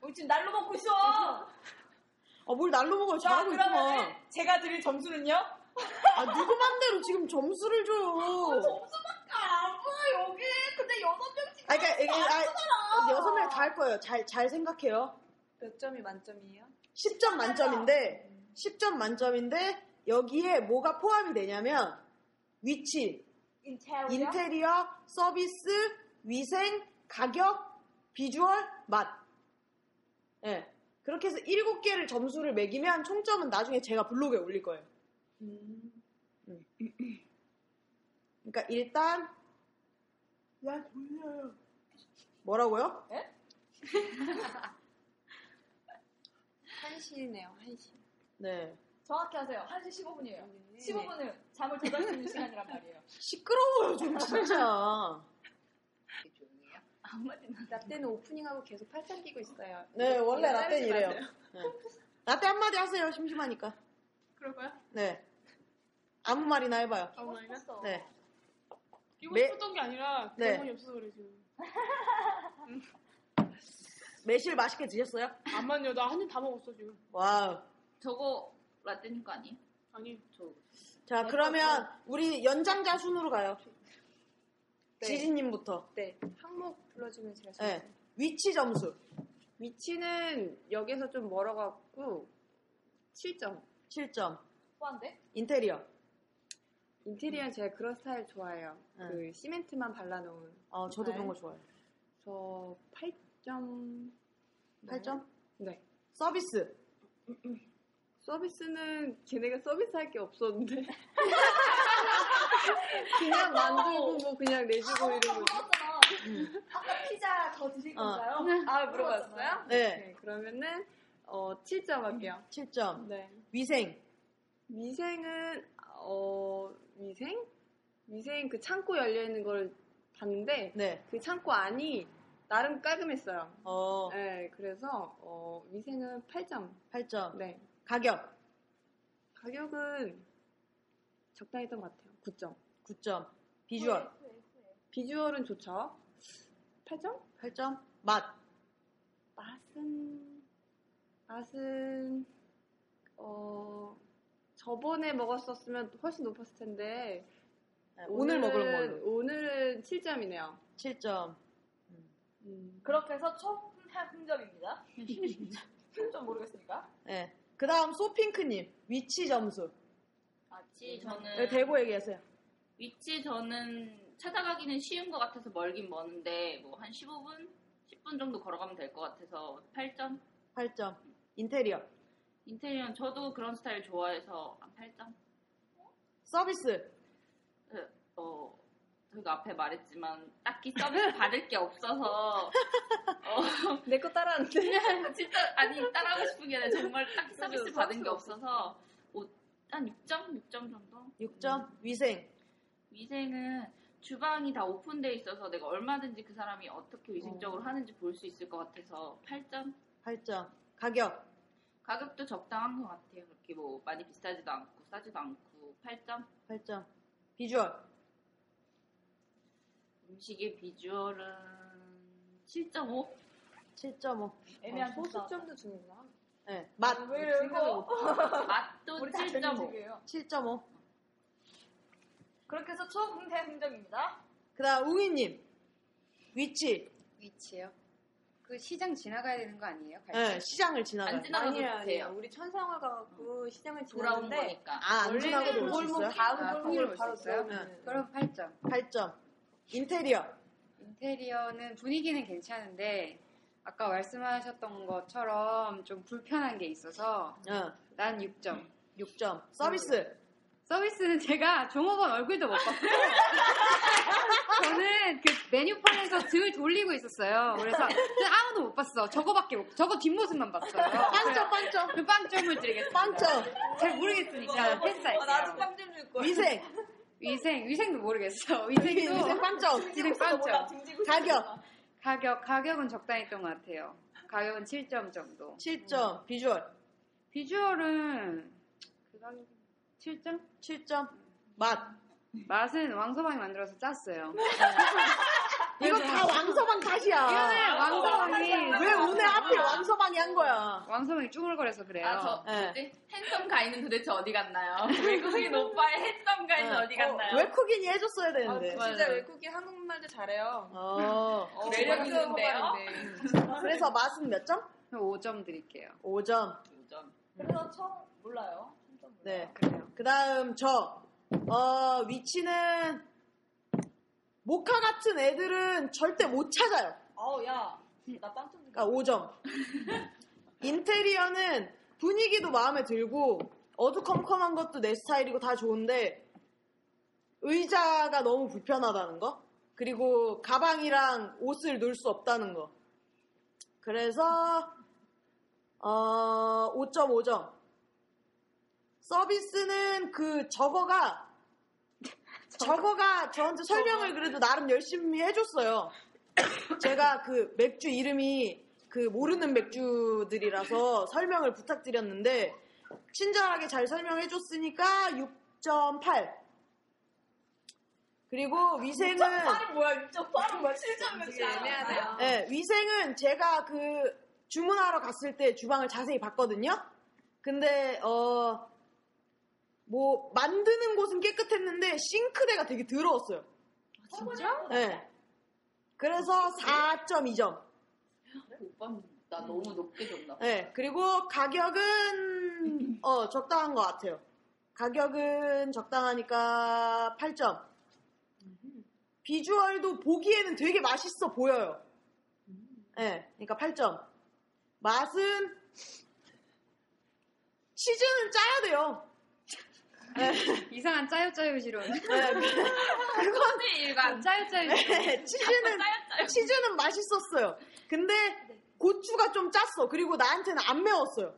B: 우리 지금 날로 먹고 있어.
A: 아, 뭘 날로 먹어요?
B: 자,
A: 잘하고 있구만.
B: 그러면 제가 드릴 점수는요?
A: 아, 누구 맘대로 지금 점수를 줘요.
B: 아, 점수밖에 안 보여, 여기. 근데 여섯 명씩.
A: 아, 그러니까, 이게, 아,
B: 하잖아.
A: 여섯 명 다 할 거예요. 잘, 잘 생각해요.
E: 몇 점이 만점이에요?
A: 10점 만점인데 10점 만점인데 여기에 뭐가 포함이 되냐면 위치,
B: 인테리어.
A: 인테리어, 서비스, 위생, 가격, 비주얼, 맛. 예. 그렇게 해서 7개를 점수를 매기면 총점은 나중에 제가 블로그에 올릴 거예요. 음. 그러니까 일단 야, 몰라요. 뭐라고요?
E: 예? 한시네요, 한시.
A: 네.
B: 정확히 하세요. 1시 15분이에요. 15분은 잠을 조절 수 있는 시간이란 말이에요.
A: 시끄러워요, 좀 진짜.
E: 라떼는 오프닝하고 계속 팔짱 끼고 있어요.
A: 네, 원래
E: 이거
A: 라떼는
E: 자르지
A: 이래요.
E: 마세요.
A: 네. 라떼 한마디 하세요, 심심하니까.
C: 그럴까요?
A: 네. 아무 말이나 해봐요.
C: 어 마이 갓.
B: 싶었어.
A: 네.
C: 끼고
A: 매-
C: 싶었던 게 아니라
A: 네.
C: 대본이 없어서 그래 지금.
A: 매실 맛있게 드셨어요?
C: 안 맞냐? 나 한 입 다 먹었어 지금.
A: 와우.
D: 저거 라떼님 거 아니에요?
C: 아니.
D: 저
A: 자, 그러면 우리 연장자 순으로 가요. 지진님부터.
E: 네, 항목 불러주면 제가
A: 네.
E: 네.
A: 위치 점수.
E: 위치는 역에서 좀 멀어갖고 7점.
A: 7점.
B: 소환돼?
A: 인테리어.
E: 인테리어 제가 그런 스타일 좋아해요. 그 시멘트만 발라놓은.
A: 어, 저도
E: 네.
A: 그런 거 좋아해요.
E: 저 8점.
A: 8점?
E: 네.
A: 서비스.
E: 서비스는 걔네가 서비스할 게 없었는데. 그냥 만들고 뭐 그냥 내주고 이러고.
B: 물어봤잖아. 아까 피자 더 드실 건가요?
E: 아
B: 물어봤어요?
A: 네.
E: 네, 그러면은 어 7점 할게요.
A: 7점.
E: 네.
A: 위생.
E: 위생은 어 위생? 위생 그 창고 열려 있는 걸 봤는데
A: 네.
E: 그 창고 안이 나름 깔끔했어요.
A: 어,
E: 네, 그래서 어 위생은 8점.
A: 8점.
E: 네.
A: 가격.
E: 가격은 적당했던 것 같아요. 9점.
A: 9점. 비주얼.
B: 네,
E: 비주얼은 좋죠. 8점?
A: 8점. 맛.
E: 맛은 맛은 어 저번에 먹었었으면 훨씬 높았을 텐데
A: 네, 오늘 먹을
E: 오늘은-
A: 걸로.
E: 오늘은 7점이네요.
A: 7점.
B: 그렇게 해서 총 흥점입니다. 좀 모르겠으니까.
A: 네. 그 다음 소핑크님. 위치 점수.
D: 위치 저는
A: 네, 대고 얘기하세요.
D: 위치 저는 찾아가기는 쉬운 것 같아서 멀긴 머는데 뭐 한 15분 10분 정도 걸어가면 될 것 같아서 8점
A: 8점. 인테리어.
D: 인테리어는 저도 그런 스타일 좋아해서 한 8점
A: 서비스.
D: 어 저희가 앞에 말했지만 딱히 서비스 받을 게 없어서
E: 내 거 따라하는데
D: 진짜 아니 따라하고 싶은 게 아니라 정말 딱히 서비스 받은 게 없어서 오- 한 6점 6점 정도
A: 6점. 위생.
D: 위생은 주방이 다 오픈돼 있어서 내가 얼마든지 그 사람이 어떻게 위생적으로 하는지 볼 수 있을 것 같아서 8점
A: 8점. 가격.
D: 가격도 적당한 것 같아요. 그렇게 뭐 많이 비싸지도 않고 싸지도 않고 8점
A: 8점. 비주얼.
D: 음식의 비주얼은 7.5
A: 7.5.
B: 애매한
E: 아,
B: 아,
E: 소수점도 주는구나.
A: 네. 맛.
B: 왜요? 이거?
D: 맛도
B: 우리
E: 아,
B: 다 되는
D: 7.5
B: 중이에요.
A: 7.5.
B: 그렇게 해서 총 흥대 흥점입니다.
A: 그 다음, 웅이님. 위치.
E: 위치요. 그 그 시장 지나가야 되는 거 아니에요? 갈치?
A: 네, 시장을 지나가요.
D: 안 지나가도
G: 아니에요, 아니에요.
D: 돼요. 음.
G: 우리 천상을 가갖고 시장을
D: 돌아온
G: 지나는데
D: 거니까.
A: 아, 안 지나가도
G: 원래는
A: 올 수 예.
G: 골목
A: 있어요?
G: 다음
E: 아,
G: 골목으로
E: 거기로
G: 바로
E: 올수 있어요?
G: 들어오는
E: 그럼 8점.
A: 8점. 인테리어.
E: 인테리어는 분위기는 괜찮은데 아까 말씀하셨던 것처럼 좀 불편한 게 있어서
A: 어,
E: 난 6점.
A: 6점. 서비스.
E: 서비스는 제가 종업원 얼굴도 못 봤고 저는 그 메뉴판에서 들 돌리고 있었어요. 그래서 아무도 못 봤어. 저거밖에 못, 저거 뒷모습만 봤어요.
A: 아, 빵점, 빵점.
E: 그 빵점을 드리겠습니다.
A: 빵점.
E: 잘 모르겠으니까 패스할게요.
B: 어, 나도 빵점 줄 거야.
A: 위생.
E: 위생, 위생도 모르겠어.
A: 위생
E: 위생도
A: 빵점.
E: 위생
B: 몰라,
E: 빵점.
B: 등지고
A: 가격.
E: 가격, 가격은 적당했던 것 같아요. 가격은 7점 정도.
A: 7점. 비주얼.
E: 비주얼은 그 가격 7점?
A: 7점. 맛.
E: 맛은 왕서방이 만들어서 짰어요.
A: 이거 다 왕서방 탓이야.
E: 이거는 네, 왕서방이
A: 왜 오늘 앞에 왕서방이 한 거야?
E: 왕서방이 쭈물거려서 그래요.
D: 아, 저,
A: 예.
D: 뭐지? 핸섬 가이는 도대체 어디 갔나요? 외국인 오빠의 핸섬 가이는 어디 갔나요?
A: 왜 코긴이 해줬어야 되는데.
D: 정말.
B: 진짜 외국인 한국말도 잘해요.
A: 어.
B: 어,
D: 매력
B: 완전
D: 있는데요?
B: 호감인데.
A: 그래서 맛은 몇 점?
E: 5점 드릴게요.
A: 5점.
B: 그래서 처음 몰라요. 진짜 몰라요.
A: 네.
E: 그래요.
A: 그 다음 저. 어, 위치는 모카 같은 애들은 절대 못 찾아요.
B: 아우 야,
G: 음.
B: 나 빵점 줄
G: 아,
B: 거야.
A: 그러니까 5점. 인테리어는 분위기도 마음에 들고 어두컴컴한 것도 내 스타일이고 다 좋은데 의자가 너무 불편하다는 거. 그리고 가방이랑 옷을 넣을 수 없다는 거. 그래서 어 5.5점. 서비스는 그 저거가 저거가 저한테 설명을 그래도 나름 열심히 해줬어요. 제가 그 맥주 이름이 그 모르는 맥주들이라서 설명을 부탁드렸는데 친절하게 잘 설명해줬으니까 6.8 그리고 위생은
B: 팔이 뭐야? 6.8은 뭐야? 7점이면 진짜 애매하네요.
A: 예, 위생은 제가 그 주문하러 갔을 때 주방을 자세히 봤거든요. 근데 어 뭐 만드는 곳은 깨끗했는데 싱크대가 되게 더러웠어요.
B: 아, 진짜?
A: 예. 그래서 4.2점.
D: 그 오빠 나 너무 높게 줬나 봐.
A: 네, 그리고 가격은 어 적당한 것 같아요. 가격은 적당하니까 8점. 비주얼도 보기에는 되게 맛있어 보여요. 네, 그러니까 8점. 맛은 치즈는 짜야 돼요.
E: 이상한 짜요짜요지론.
D: 그거지 일반.
E: 아, 짜요짜요지론.
A: 예,
E: 네.
A: 네, 치즈는 치즈는 맛있었어요. 근데 고추가 좀 짰어. 그리고 나한테는 안 매웠어요.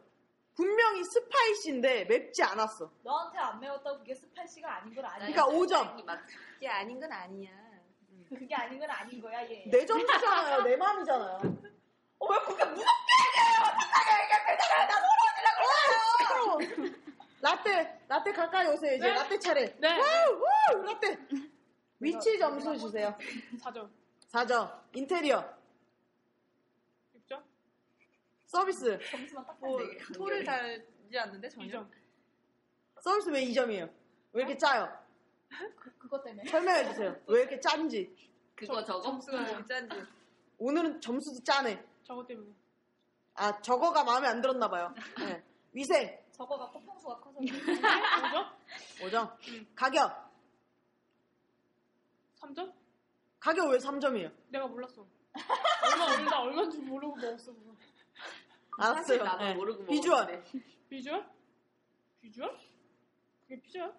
A: 분명히 스파이시인데 맵지 않았어.
B: 너한테 안 매웠다고 그게 스파이시가 아닌 건 아니야.
E: 네,
A: 그러니까 5점.
G: 그게 아닌 건 아니야.
B: 그게 아닌 건 아닌 거야 얘.
A: 내 점수잖아요. 내 마음이잖아요.
B: 어, 왜 그렇게 무섭?
A: 시끄러워. 라떼, 라떼 가까이 오세요. 이제
C: 네.
A: 라떼 차례.
C: 네.
A: 와우, 와우, 라떼. 위치 점수 주세요.
C: 4점.
A: 4점. 인테리어.
C: 6점.
A: 서비스.
B: 점수만 딱
G: 뭐,
B: 봤네.
G: 토를 달지 않는데 전혀.
C: 2점.
A: 서비스 왜 2점이에요? 왜 이렇게 짜요?
B: 그것 때문에.
A: 설명해 주세요. 왜 이렇게 짠지.
D: 그거 저거?
G: 진짜인지.
A: 오늘은 점수도 짜네.
C: 저거 때문에.
A: 아, 저거가 마음에 안 들었나 봐요. 네. 위생.
B: 저거가 꽃평수가 커서.
C: 5점?
A: 5점. 가격.
C: 3점?
A: 가격 왜 3점이에요?
C: 내가 몰랐어. 얼마 얼마 얼마인 줄 모르고 먹었어. 그거.
B: 아,
A: 알았어요.
D: 나도
A: 네.
D: 모르고
A: 비주얼.
C: 비주얼? 비주얼? 그게 비주얼?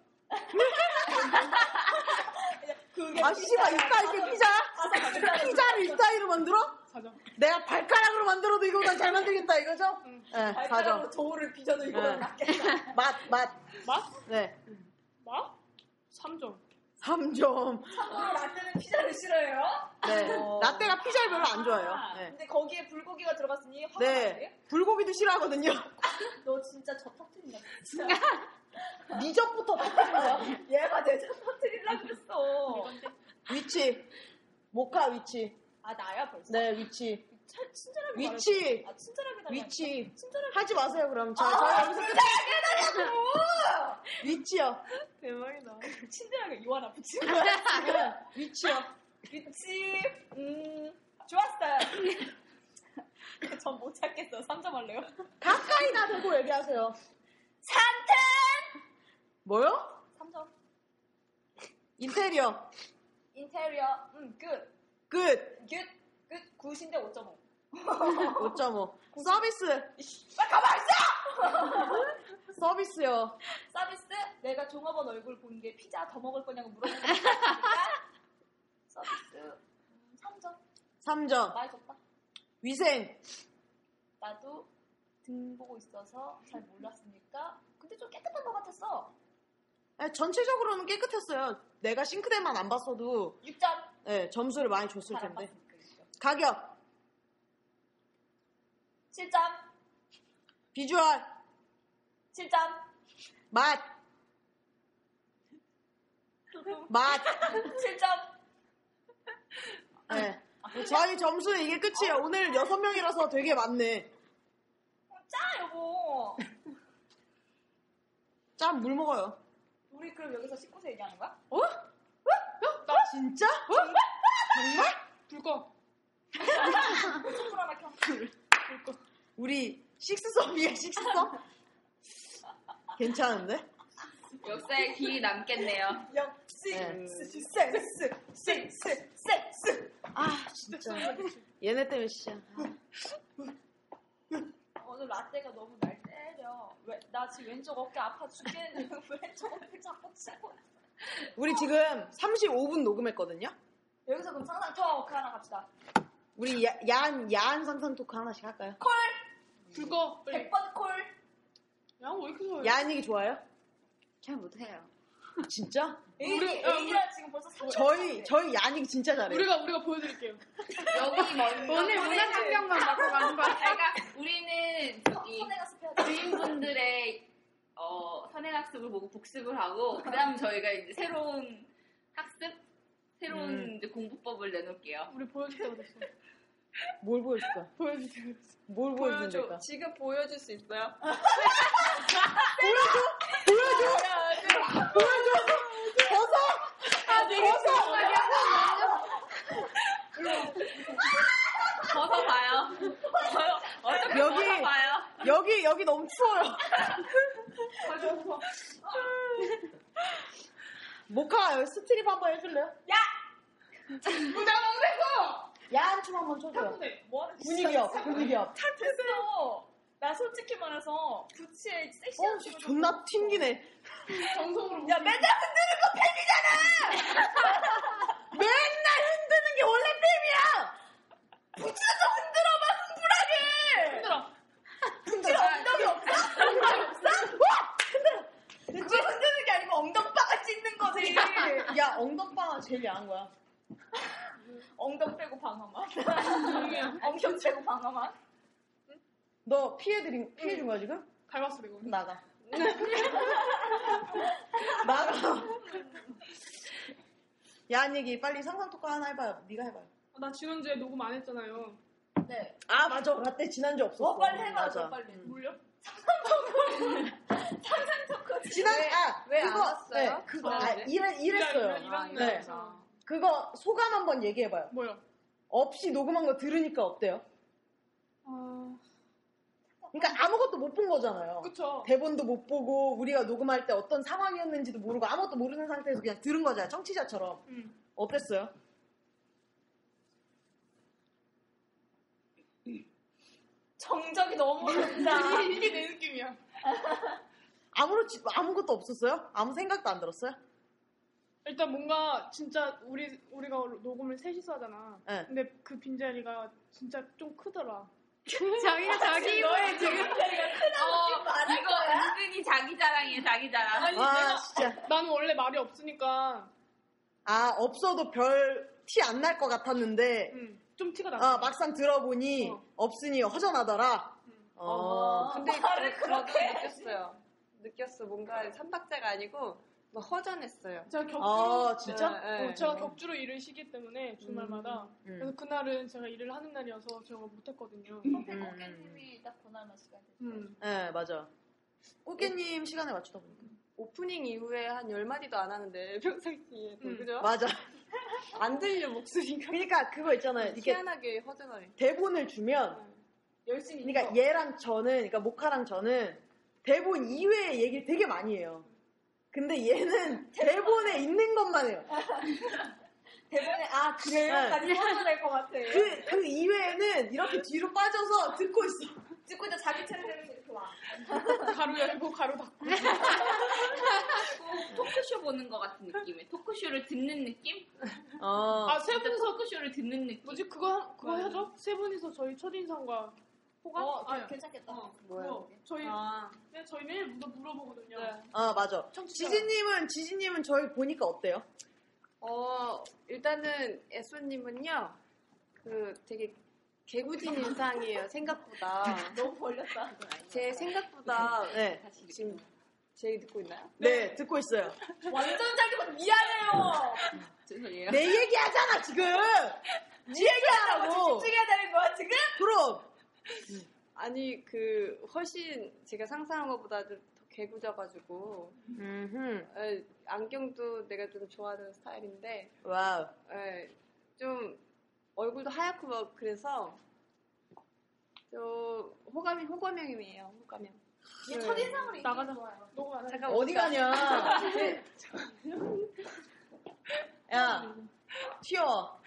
B: 그게
A: 아, 씨발, 이따 이게 피자? 피자를 이따위로 만들어?
C: 4점.
A: 내가 발가락으로 만들어도 이거보단 잘 만들겠다 이거죠? 네,
B: 발가락으로 저울을 빚어도
A: 네.
B: 이거는 낫겠다.
A: 맛, 맛.
C: 맛?
A: 네.
C: 맛? 3점.
A: 3점.
B: 참고로 라떼는 아, 피자를 싫어해요.
A: 네. 라떼가 피자를 별로 안 좋아해요. 네.
B: 근데 거기에 불고기가 들어갔으니 화가 나네.
A: 네. 불고기도 싫어하거든요.
B: 너 진짜 저 터트린다. 진짜.
A: 미적부터 바꿔요.
B: 얘가 내전 터트리려고 그랬어.
A: 위치. 모카 위치.
B: 아 나야 벌써.
A: 네, 위치.
B: 차- 친절하게 말해.
A: 위치.
B: 아 친절하게 달라.
A: 위치.
B: 친절하게.
A: 하지 마세요, 그럼. 자, 저
B: 아,
A: 여기서 끝. 위치요.
B: 대박이다. 친절하게 이완아 붙이고.
A: 네, 위치요.
B: 위치. 음 좋았어요. 전 못 찾겠어요. 3점 할래요?
A: 가까이나 대고 얘기하세요.
B: 산튼!
A: 뭐요?
B: 3점.
A: 인테리어.
B: 인테리어, 음, 굿.
A: 끝.
B: 굿. 굿. 굿인데 5.5.
A: 5.5. 서비스.
B: 빨리 가만히 있어!
A: 서비스요.
B: 서비스? 내가 종업원 얼굴 본 게 피자 더 먹을 거냐고 물어보는 거니까 서비스. 음, 3점.
A: 3점.
B: 많이 줬다.
A: 위생.
B: 나도 등 보고 있어서 잘 몰랐으니까. 근데 좀 깨끗한 것 같았어.
A: 아, 전체적으로는 깨끗했어요. 내가 싱크대만 안 봤어도
B: 6점.
A: 예, 점수를 많이 줬을
B: 잘안
A: 텐데.
B: 봤으니까.
A: 가격.
B: 7점.
A: 비주얼.
B: 7점.
A: 맛. 맛.
B: 7점.
A: 예. 저희 점수 이게 끝이에요. 오늘 여섯 명이라서 되게 많네.
B: 짜, 여보.
A: 짠, 물 먹어요.
B: 우리 그럼 여기서 19세 얘기하는 거야?
A: 나 진짜?
C: 불꺼.
B: 촛불 하나 켜.
A: 우리 식스썸이야, 식스썸? 괜찮은데?
D: 역사에 길이 남겠네요.
B: 역시
A: 네.
B: 센스, 센스, 센스.
A: 아, 진짜. 얘네 때문에 진짜.
B: 오늘 라떼가 너무 날 때려. 왜, 나 지금 왼쪽 어깨 아파 죽겠는데 왜 왼쪽 어깨 자꾸 치고. 있어?
A: 우리 지금 35분 녹음했거든요?
B: 여기서 그럼 상상 터 하나 갑시다.
A: 우리 야, 야한, 야한 상상 토크 하나씩 할까요?
B: 콜!
C: 불꺼.
B: 100번 콜!
C: 야, 왜 이렇게 서요?
A: 야한 얘기 좋아해요?
E: 잘 못해요.
A: 진짜?
B: 애기,
C: 우리- 어,
B: 애기랑 지금 벌써 3년
A: 저희, 저희 야한 얘기 진짜 잘해요.
C: 우리가, 우리가 보여드릴게요.
D: 여기 먼저
E: 오늘 문화 참견만 받고 가는 거 같아요.
D: 그러니까 우리는 이
B: 손해가 습해야지.
D: 주인분들의 어, 선행학습을 보고 복습을 하고 그다음 저희가 이제 새로운 학습, 새로운
A: 음.
D: 이제 공부법을 내놓을게요.
C: 우리 보여주세요, 그랬어.
A: 뭘 보여줄까?
C: 보여주세요. 그랬어.
A: 뭘 보여줄까?
G: 지금 보여줄 수 있어요?
B: 아, 네.
D: 벗어 봐요. 어떻게
A: 여기-
D: 벗어 봐요.
A: 여기, 여기 너무 추워요. 모카, 여기 스트립 한번 해줄래요?
C: 문화 먹는
A: 야한 춤 한번 쳐줘요.
C: 거!
B: 뭐 하는 짓이야?
A: 분위기업, 분위기업.
B: 착했어. 나 솔직히 말해서 구찌에
A: 어,
B: 섹시한
A: 진짜
B: 춤을
A: 존나 튕기네.
C: 정성으로.
B: 야, 맨날
A: 맨날 흔드는 게 원래 뱀이야!
C: 힘들어.
A: 흔들어, 엉덩이 없어? 엉덩이 없어? 와! 흔들어. 그거 흔드는 게 아니고 엉덩방아 찢는 거지. 야, 엉덩방아 제일 야한 거야.
B: 엉덩 빼고 방어만. 엉덩 빼고 방어만.
A: 너 피해드린, 피해준 거야, 지금?
C: 닮았어, 이거.
A: 나가. 나가. 야한 얘기 빨리 상상 토크 하나 해봐요. 네가 해봐요.
C: 어, 나 지난주에 녹음 안 했잖아요.
B: 네.
A: 아, 맞아. 라떼 지난주 없었어.
B: 어, 빨리 해봐,
A: 뭐? 맞아.
B: 저 빨리.
C: 물려?
A: 지난, 아,
G: 왜안
A: 그거,
G: 왔어요?
A: 네, 그거, 아,
C: 그러는데?
A: 이래, 이랬어요.
C: 이런, 이런, 이런.
A: 네. 그거 소감 한번 얘기해봐요.
C: 뭐야?
A: 없이 녹음한 거 들으니까 어때요?
C: 아,
A: 그러니까 아무것도 못 본 거잖아요.
C: 그쵸.
A: 대본도 못 보고 우리가 녹음할 때 어떤 상황이었는지도 모르고 아무것도 모르는 상태에서 그냥 들은 거잖아요. 청취자처럼.
C: 음.
A: 어땠어요?
B: 정적이 너무 좋다.
A: 아.
C: 이게, 이게 내 느낌이야.
A: 아무렇지 아무것도 없었어요? 아무 생각도 안 들었어요?
C: 일단 뭔가 진짜 우리 우리가 녹음을 셋이서 하잖아.
A: 네.
C: 근데 그 빈자리가 진짜 좀 크더라.
E: 자기가 자기 입으로 지금
D: 어, 이거 은근히 자기 자랑이에요, 자기 자랑.
C: 아니
A: 아
C: 내가
A: 진짜
C: 나는 원래 말이 없으니까
A: 아 없어도 별 티 안 날 것 같았는데
C: 음, 좀 티가 나.
A: 아, 막상 들어보니
C: 어. 음.
A: 없으니 허전하더라. 어.
G: 근데
B: 말을
G: 저도
B: 그렇게
G: 느꼈어요. 느꼈어. 뭔가 삼박자가 아니고 뭐 허전했어요.
C: 제가 격주로
A: 아 진짜?
G: 네, 네.
C: 어, 제가 격주로 일을 쉬기 때문에 주말마다
A: 음.
C: 그래서 그날은 제가 일을 하는 날이어서 제가 못했거든요.
B: 커피
G: 음.
B: 고객님이 딱 고난한 시간 됐어요.
C: 음.
A: 네 맞아. 꽃게님 시간에 맞추다 보니까.
G: 오프닝 이후에 한 열 마디도 안 하는데 평상시에 또
C: 음.
B: 어?
G: 그죠?
A: 맞아.
G: 안 들려 목소리가
A: 그러니까 그거 있잖아요. 이게
G: 희한하게 허전해.
A: 대본을 주면
B: 열심히.
A: 그러니까 얘랑 저는, 그러니까 모카랑 저는 대본 이외의 얘기를 되게 많이 해요. 근데 얘는 대본에 있는 것만 해요. 네.
B: 대본에 아 그래요까지 써도 될것 같아.
A: 그, 그 이외에는 이렇게 뒤로 빠져서 듣고 있어.
B: 듣고 있다 자기 차례 되면 이렇게 와.
C: 가루 열고 가루 닫고.
D: 토크쇼 보는 것 같은 느낌이에요. 토크쇼를 듣는 느낌?
A: 어.
C: 아, 세
D: 진짜
C: 분이서
D: 토크쇼를 듣는 느낌.
C: 뭐지? 그거 그거
B: 맞아.
C: 하죠? 세 분이서 저희 첫인상과 호감?
B: 어,
C: 아니,
B: 괜찮겠다.
G: 뭐야?
C: 어, 저희
G: 아,
C: 그냥 저희 매일 물어- 물어보거든요.
A: 아, 맞아.
C: 청취자.
A: 지지님은, 지지님은 저희 보니까 어때요?
G: 어, 일단은 애쏘님은요, 그 되게 개구진 인상이에요, 생각보다.
B: 너무 벌렸다.
G: 제 생각보다
A: 네.
G: 지금 제 듣고 있나요?
A: 네, 듣고 있어요.
B: 완전 잘 듣고 미안해요.
D: 죄송해요.
A: 내 얘기하잖아, 지금! 네 얘기하라고!
B: 집중해야 되는 거야 지금?
A: 그럼!
G: 아니 그 훨씬 제가 상상한 것보다 좀더 개구져가지고 에, 안경도 내가 좀 좋아하는 스타일인데
A: 와우.
G: 에, 좀 얼굴도 하얗고 막 그래서 좀 호감이 호감형이에요 호감형
B: 얘 첫인상으로 이기는
C: 나가자.
B: 거야.
C: 너가 안
G: 잠깐
A: 어디 가냐? 야, 튀어.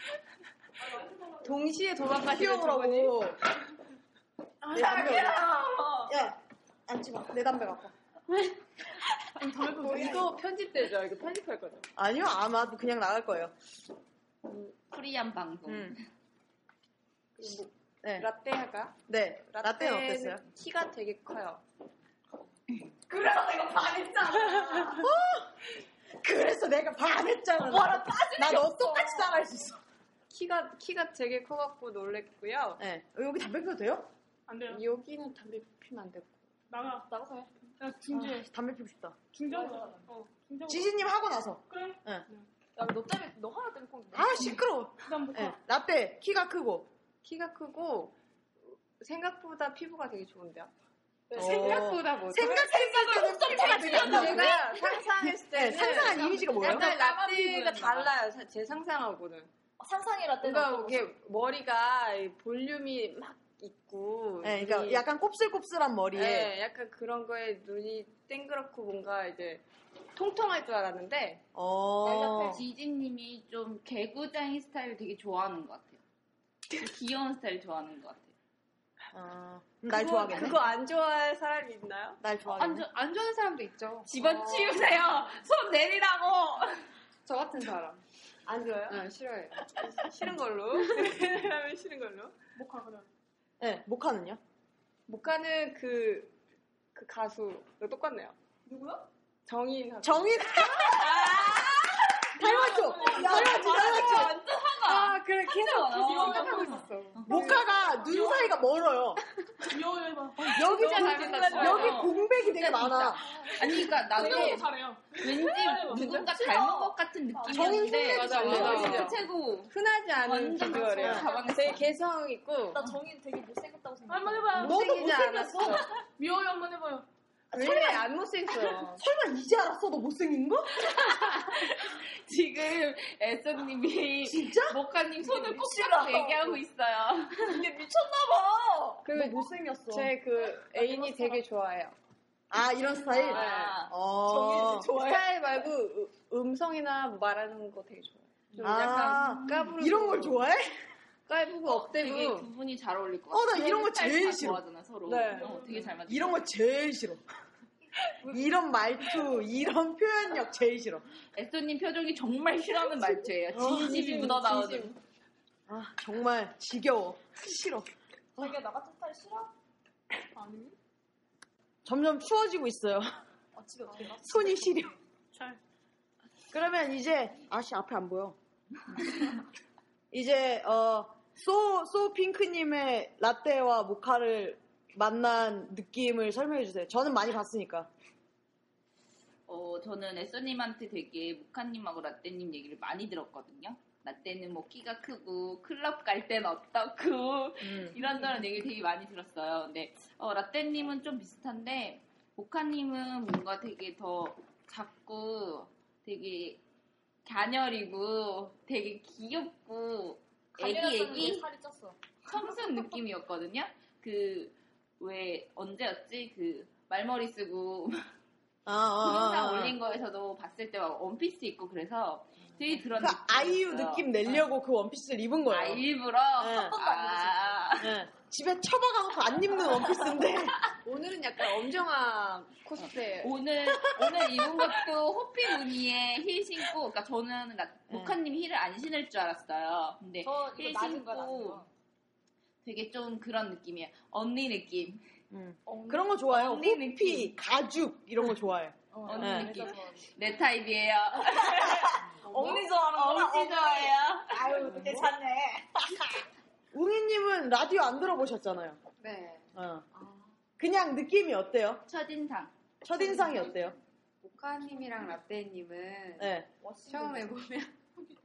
G: 동시에 도망가시는 저분이
A: 튀어오라고.
B: 아,
A: 내 담배
B: 자기야.
A: 야, 앉지 마. 내 담배 갖고. 와.
G: 이거 편집되죠 이거 편집할 거죠
A: 아니요, 아마도 그냥 나갈 거예요.
D: 프리한 방송.
A: 음.
G: 음. 그리고 뭐,
A: 네.
G: 라떼 할까?
A: 네. 라떼는 어땠어요?
G: 키가 되게 커요
B: 그래서 내가 반했잖아.
A: 어? 그래서 내가 반했잖아. 와라, 나너 똑같이 따라할 수 있어.
G: 키가 키가 되게 커갖고 놀랬고요
A: 네. 여기 담배 피워도 돼요?
C: 안 돼요.
G: 여기는 담배 피면 안 되고
C: 나가.
B: 나가서 해.
C: 야, 중재.
A: 아, 담배 피우고 싶다.
C: 중재하고. 어, 중재하고.
A: 지지님 하고 나서.
C: 그래.
B: 야너 때문에 너 하나 때문에 꼭.
G: 네.
A: 아, 시끄러워.
C: 그다음부터.
A: 네. 라떼, 키가 크고.
G: 키가 크고 생각보다 피부가 되게 좋은데요.
A: 어.
G: 생각보다 뭐
A: 생각보다
G: 제가 제가
A: 네, 상상했을 때. 네, 상상한 이미지가 뭐예요?
G: 약간 라떼가
B: 까만 피부였나
G: 달라요. 사- 제 상상하고는
B: 상상이라 때는
G: 뭔가 이게 머리가 이 볼륨이 막 있고
A: 네, 그러니까 예.
G: 눈이-
A: 약간 곱슬곱슬한 머리에.
G: 네, 약간 그런 거에 눈이 땡그랗고 뭔가 이제 통통할 줄 알았는데
A: 어.
D: 지지님이 좀 개구장이 스타일 되게 좋아하는 것 같아요. 좀 귀여운 스타일 좋아하는 것 같아요.
A: 아, 날
G: 그거-
A: 좋아하겠네.
G: 그거 안 좋아할 사람이 있나요?
A: 날
E: 안,
A: 좋아하겠네.
E: 좋- 안 좋은 사람도 있죠.
D: 집어 치우세요. 손 내리라고.
G: 저 같은 사람.
A: 안 좋아요?
G: 응, 싫어해요. 싫은 걸로. 하면 싫은 걸로.
C: 모카 그냥.
A: 네, 모카는요?
G: 모카는 그, 그 가수. 이거 똑같네요.
B: 누구야?
G: 아, 정인 하고.
A: 정인! 닮았죠? 닮았지, 닮았지.
G: 아, 그래. 계속 계속
D: 어.
G: 생각하고 있었어.
A: 모카가 눈 사이가 멀어요.
C: 귀여워 해봐.
A: 여기,
G: 진짜
A: 공-
G: 닮았다,
A: 여기
D: 진짜.
A: 공백이 되게 많아.
D: 아니 그러니까 나도
C: 생각도 잘해요.
D: 왠지 누군가 닮은 것 같은
G: 아,
D: 느낌이었는데
A: 정인데
G: 맞아,
D: 근데
C: 네.
G: 맞아.
D: 여기서 최고.
G: 흔하지 않은
D: 완전
G: 비주얼이에요.
D: 잡아냈어.
G: 되게 개성 있고.
B: 나 정인 되게 못생겼다고 생각.
C: 한번 해봐요.
A: 너도
G: 못생기지
A: 못생겼어.
G: 않았어.
C: 미워요 한번 해봐요.
G: 원래 안 못생겼어.
A: 설마 이제 알았어? 너 못생긴 거?
D: 지금 애써님이
A: 진짜?
D: 목카님 손을 꼭 잡고 얘기하고 있어요.
B: 이게 미쳤나봐.
A: 너
G: 그리고
A: 못생겼어.
G: 제 그 애인이 되게 좋아해요.
A: 아, 이런 스타일?
D: 아.
A: 어.
G: 스타일 말고 으- 음성이나 뭐 말하는 거 되게 좋아해요. 좀
A: 아.
G: 약간 까부르고.
A: 이런 걸 좋아해?
G: 까부고
D: 되게
G: 업되고.
D: 두 분이 잘 어울릴 것
A: 어, 나
D: 같아.
A: 이런 거
D: 스타일
A: 제일
D: 다
A: 싫어.
D: 좋아하잖아 서로.
G: 네.
D: 어, 되게 잘 맞아.
A: 이런 거 제일 싫어. 이런 말투, 이런 표현력 제일 싫어.
D: 애써님 표정이 정말 싫어하는 말투예요. 진심이 묻어나오는.
A: 아, 정말 지겨워. 싫어.
B: 자기가 나 같은 스타일 싫어? 아. 아니.
A: 점점 추워지고 있어요.
B: 아 집에 가서 나.
A: 손이 시려.
C: 잘.
A: 그러면 이제 아씨 앞에 안 보여. 이제 어, 어소 소핑크님의 라떼와 모카를 만난 느낌을 설명해 주세요. 저는 많이 봤으니까.
D: 어, 저는 애써님한테 되게 목카님하고 라떼님 얘기를 많이 들었거든요. 라떼는 뭐 키가 크고 클럽 갈 땐 어떻고 이런저런 얘기를 되게 많이 들었어요. 근데 어, 라떼님은 좀 비슷한데 모카님은 뭔가 되게 더 작고 되게 갸녀리고 되게 귀엽고 애기 애기
B: 살이 쪘어.
D: 청순 느낌이었거든요. 그 왜 언제였지 그 말머리 쓰고
A: 아, 아,
D: 영상
A: 아, 아.
D: 올린 거에서도 봤을 때 막 원피스 입고 그래서 되게 그런
A: 그 아이유
D: 있어요. 네.
A: 느낌 내려고 그 원피스를 입은
D: 아
A: 거예요.
D: 일부러 아,
A: 네.
D: 한 번도 안 입으신
A: 예. 집에 처박아놓고 안 입는 원피스인데
G: 오늘은 약간 엄정화 코스프레.
D: 오늘 오늘 입은 것도 호피 무늬에 힐 신고 그러니까 저는 나- 모카님 힐을 안 신을 줄 알았어요. 근데
B: 저 이거
D: 힐
B: 낮은 거 낮은
D: 신고
B: 거.
D: 되게 좀 그런 느낌이에요. 언니 느낌.
A: 그런 거 좋아해요.
D: 언니
A: 호피,
D: 음. 느낌.
A: 가죽 이런 거 좋아해요.
B: 어,
D: 언니
A: 네.
D: 느낌. 내 타입이에요.
B: 언니 좋아하는 어, 네.
D: 언니 좋아해요.
B: 아유 괜찮네.
A: 웅이님은 라디오 안 들어보셨잖아요.
G: 네.
A: 어. 그냥 느낌이 어때요?
D: 첫인상.
A: 첫인상이 어때요?
E: 모카님이랑 라떼님은
A: 예,
E: 처음에 보면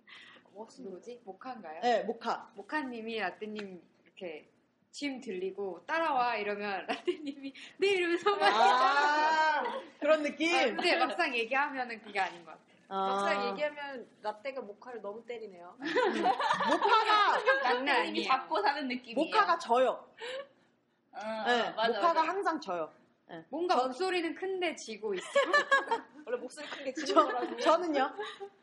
E: 무슨 뭐지? 모카인가요?
A: 예, 모카.
E: 모카님이 라떼님 이렇게 짐 들리고 따라와 이러면 라떼님이 네 이러면서 막
A: 아, 그런 느낌?
E: 아, 근데 막상 얘기하면은 그게 아닌 것 같아요.
A: 아.
G: 막상 얘기하면 라떼가 모카를 너무 때리네요.
A: 모카가,
E: 장난
D: 남편님이
E: 아니에요.
D: 잡고 사는 느낌이에요.
A: 모카가 져요.
D: 어,
A: 예,
D: 맞아,
A: 모카가
D: 맞아.
A: 항상 져요.
E: 뭔가 목소리는 큰데 지고 있어.
B: 원래 목소리 큰게
A: 저, 저는요?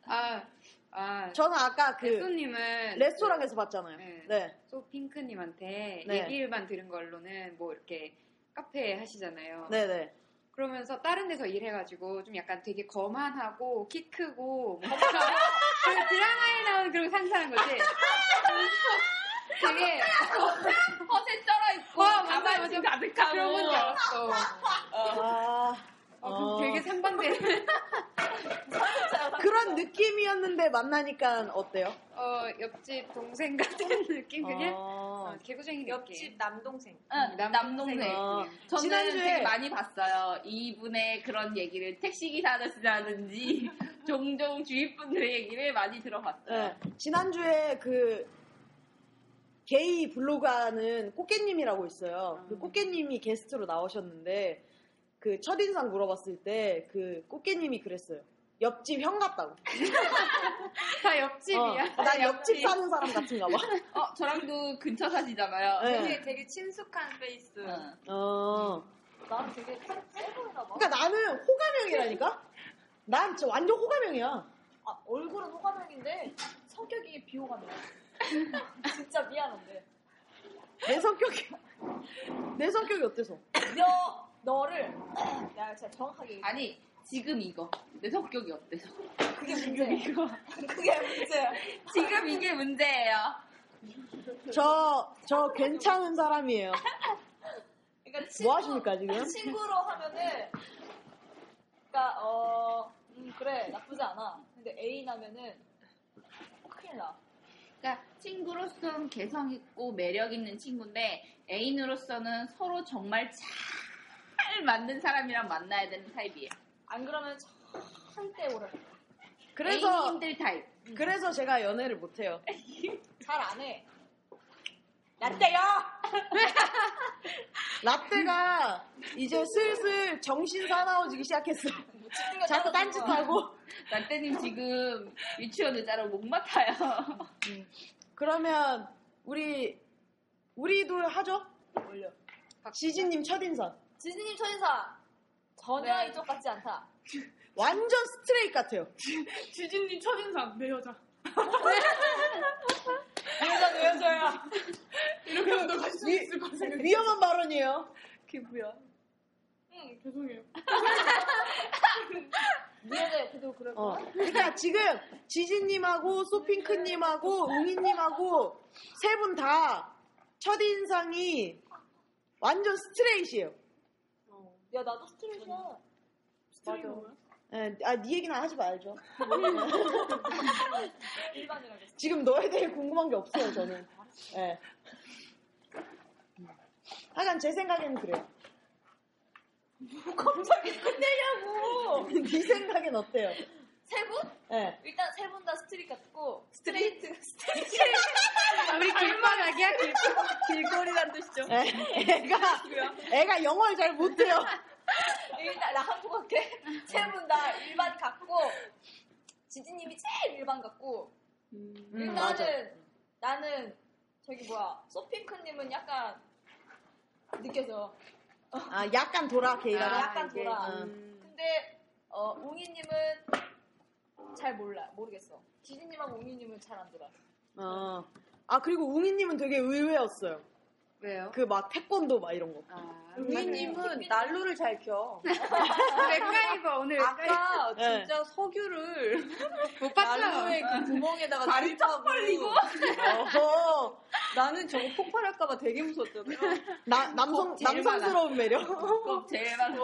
E: 아, 아,
A: 저는 아까 그
E: 대수님은
A: 레스토랑에서 봤잖아요.
E: 네.
A: 네.
E: 소핑크님한테
A: 네.
E: 얘기만 들은 걸로는 뭐 이렇게 카페 하시잖아요.
A: 네네.
E: 그러면서 다른 데서 일해가지고 좀 약간 되게 거만하고 키 크고 뭔가 그 드라마에 나온 그런 상상한 거지. 되게
D: 허세 쩔어 있고
E: 와, 맞아,
D: 가발
E: 맞아.
D: 좀 가득하고
E: 그런 건줄 알았어.
A: 아,
E: 어,
A: 어.
E: 되게 상반되는.
A: 그런 느낌이었는데 만나니까 어때요?
E: 어, 옆집 동생 같은 느낌 그냥
A: 어.
E: 어, 개구쟁이
B: 옆집
E: 느낌.
B: 남동생.
D: 응, 남동생.
A: 어.
D: 저는
A: 지난주에-
D: 되게 많이 봤어요. 이분의 그런 얘기를 택시기사 아저씨라든지 종종 주위분들의 얘기를 많이 들어봤어요.
A: 네. 지난주에 그 게이 블로가는 꽃게님이라고 있어요.
E: 아.
A: 그 꽃게님이 게스트로 나오셨는데 그 첫인상 물어봤을 때 그 꽃게님이 그랬어요. 옆집 형 같다고.
E: 다 옆집이야.
A: 어, 난 옆집 사는 사람 같은가 봐.
D: 어, 저랑도 근처 사시잖아요.
A: 네.
G: 되게 친숙한 페이스.
D: 어.
A: 어.
B: 난 되게 쎄 보이나 봐.
A: 그러니까 나는 호감형이라니까? 난 진짜 완전 호감형이야.
B: 아, 얼굴은 호감형인데 성격이 비호감이야. 진짜 미안한데.
A: 내 성격이 내 성격이 어때서?
B: 너 너를 내가 진짜 정확하게 얘기해.
D: 아니, 지금 이거. 내 성격이 어때서?
B: 그게 문제야. 네. 그게 문제야.
D: 지금 이게 문제예요.
A: 저, 저 괜찮은 사람이에요.
B: 그러니까 친구,
A: 뭐 하십니까,
E: 아,
A: 지금?
B: 친구로 하면은 그러니까 어 음, 그래 나쁘지 않아. 근데 애인 하면은 큰일 나.
D: 그러니까 친구로서는 개성 있고 매력 있는 친구인데 애인으로서는 서로 정말 잘 맞는 사람이랑 만나야 되는 타입이에요.
B: 안 그러면 절대 오래
A: 그래서,
D: 애인들 타입.
A: 그래서 제가 연애를 못해요.
B: 잘안 해. 라떼요.
A: 라떼가 이제 슬슬 정신 사나워지기 시작했어.
B: 뭐
A: 자꾸 딴짓하고.
D: 라떼님 지금 유치원 의자로 목 맡아요.
A: 그러면 우리 우리도 하죠? 지진님 첫인상
B: 지진님 천인사 전혀
E: 네.
B: 이쪽 같지 않다.
A: 완전 스트레이트 같아요.
C: 지진님 첫인상 내 여자.
B: 여자 내 여자야.
C: 이렇게 하면 너 갈수
A: 위-
C: 있을 것 같아요.
A: 위험한 발언이에요.
C: 그게 뭐야? 응 죄송해요.
B: 네 여자 옆에도 그럴
A: 어.
B: 거야.
A: 그러니까 지금 지진님하고 소핑크님하고 웅이님하고 세 분 다 첫인상이 완전 스트레이트예요.
B: 야 나도
A: 음.
B: 스트레이트야.
C: 스트레이트 뭐야?
A: 예, 아, 네 얘기는 하지 말죠.
B: 네. 일반이라고. 했어.
A: 지금 너에 대해 궁금한 게 없어요, 저는. 예. 하여간 제 생각에는 그래요.
B: 갑자기 끝내려고.
A: 네 생각엔 어때요?
B: 세 분?
A: 예.
B: 일단 세 분 다 스트릿 같고 스트레이트 스트레이트
E: 아, 우리 길막하기야 길.
B: 길거리란 뜻이죠.
A: 예. 애가, 애가 영어를 잘 못해요.
B: 일단 나 한국어계 세분 다 일반 같고 지지님이 제일 일반 같고
G: 음.
B: 음,
A: 음,
B: 일단은 나는 저기 뭐야 소핑크님은 약간 느껴져.
A: 아, 약간 돌아, 게이가.
B: 아, 약간
A: 이게.
B: 돌아.
A: 음.
B: 근데 어, 웅이님은 잘 몰라 모르겠어. 지진님하고 웅이님은 잘 안 돌아.
A: 어. 아, 그리고 웅이님은 되게 의외였어요.
E: 왜요?
A: 그 막 태권도 막 이런 거.
E: 아,
G: 우리님은 난로를 잘 켜.
E: 맥가이버 오늘
G: 아까
A: 네.
G: 진짜 석유를
E: 못 봤죠?
G: 난로의 그 구멍에다가 발이 턱 벌리고.
A: 어,
G: 나는 저거 폭발할까봐 되게 무섭잖아요.
A: 나, 남성,
E: 제일
A: 남성스러운 매력.
D: 꼭 제일 많은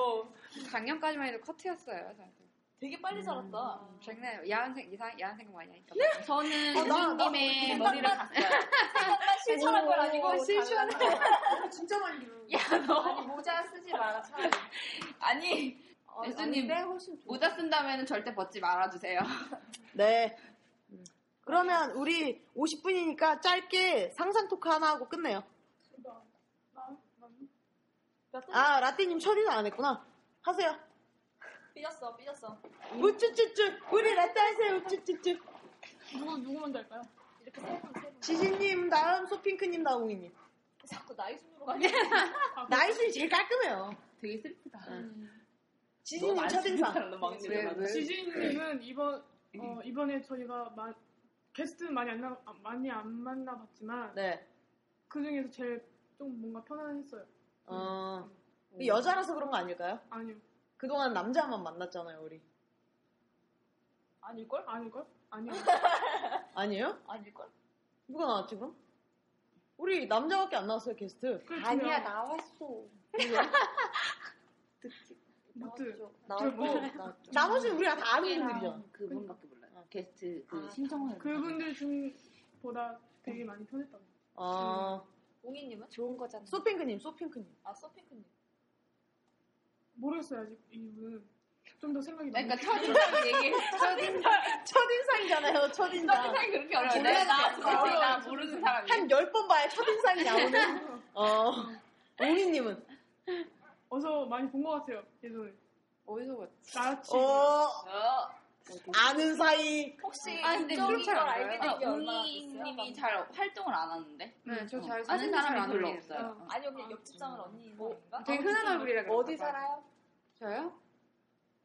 E: 작년까지만 해도 커트였어요. 저한테.
B: 되게 빨리 자랐다.
E: 장난 야한 생 이상 야한 생각 뭐 많이 하니까.
D: 저는
A: 어, 나-
D: 우진님의 머리를 갔어요.
B: 생각만 실천한 건
E: 어,
B: 아니고 어,
G: 실수하는
B: 달라.
G: 진짜 많이 들어.
D: 야, 너.
B: 아니 모자 쓰지 마라 어, 차라리.
D: 아니, 예수님.
G: 아닌데 훨씬 좋아.
D: 모자 쓴다면 절대 벗지 말아주세요.
A: 네. 그러면 우리 50분이니까 짧게 상상 토크 하나 하고 끝내요. 아, 라떼님 처리도 안 했구나. 하세요.
B: 뭐- 삐졌어 삐졌어.
A: 우쭈쭈쭈. 우리 라떼 하세요. 우쭈쭈쭈.
B: 누구 누구 먼저 할까요? 이렇게 세분 세분
A: 지진님 다음 소핑크님 다음 웅이님.
B: 자꾸 나이 순으로 가냐? 아,
A: 나이순이 제일 깔끔해요.
D: 되게 슬프다.
A: 지진님 첫인상.
E: 왜, 왜?
G: 네.
C: 지진님은 이번 어, 이번에 저희가 마- 게스트 많이 안 나, 아, 많이 안 만나봤지만
A: 네.
C: 그 중에서 제일 좀 뭔가 편안했어요.
A: 어. 여자라서 그런 거 아닐까요?
C: 아니요,
A: 그동안 남자만 만났잖아요, 우리.
B: 아닐걸?
C: 아닐걸? 아니요.
A: 아니에요?
B: 아닐걸?
A: 누가 나왔지, 그럼? 우리 남자밖에 안 나왔어요, 게스트.
G: 아니야 나왔어. 어,
C: 무트.
G: 그렇죠. 나왔어. 나왔죠.
A: 나머지는 우리가 다 아는 분들이잖아.
D: 그분밖에 몰라요. 게스트 그 신청을
C: 그분들 중보다 되게 많이 편했다고.
A: 어,
B: 웅이님은?
G: 좋은 거잖아.
A: 소핑크님, 소핑크님.
B: 아 서핑크님.
C: 모르겠어요 아직 이분은 좀 더 생각이 많이.
D: 그러니까 첫인상 얘기
A: 첫인상이잖아요, 첫인상.
D: 첫인상이 그렇게 어려워요. 내가 나 진짜
C: 어려워요.
D: 나 모르는 사람이
A: 한 열 번 봐야 첫인상이 나오는. 어, 웅이님은.
C: 어서 많이 본 것 같아요 예전에.
E: 어디서 봤지?
C: 나치.
A: 어,
D: 어.
A: 아는 사이.
B: 혹시
D: 아 근데
B: 이쪽인 걸
E: 그렇지 않아요?
B: 알게 된게 얼마나
D: 웅이님이
B: 됐어요?
D: 잘 활동을 안 하는데
E: 네, 저 잘
D: 어,
E: 사진
D: 아는 사람이
E: 잘
D: 별로
E: 올리는데.
D: 없어요.
B: 아니요 그냥 옆집 장을 언니인가?
E: 되게 흔한 얼굴이라 그런가
A: 어디
E: 봐.
A: 살아요?
E: 저요?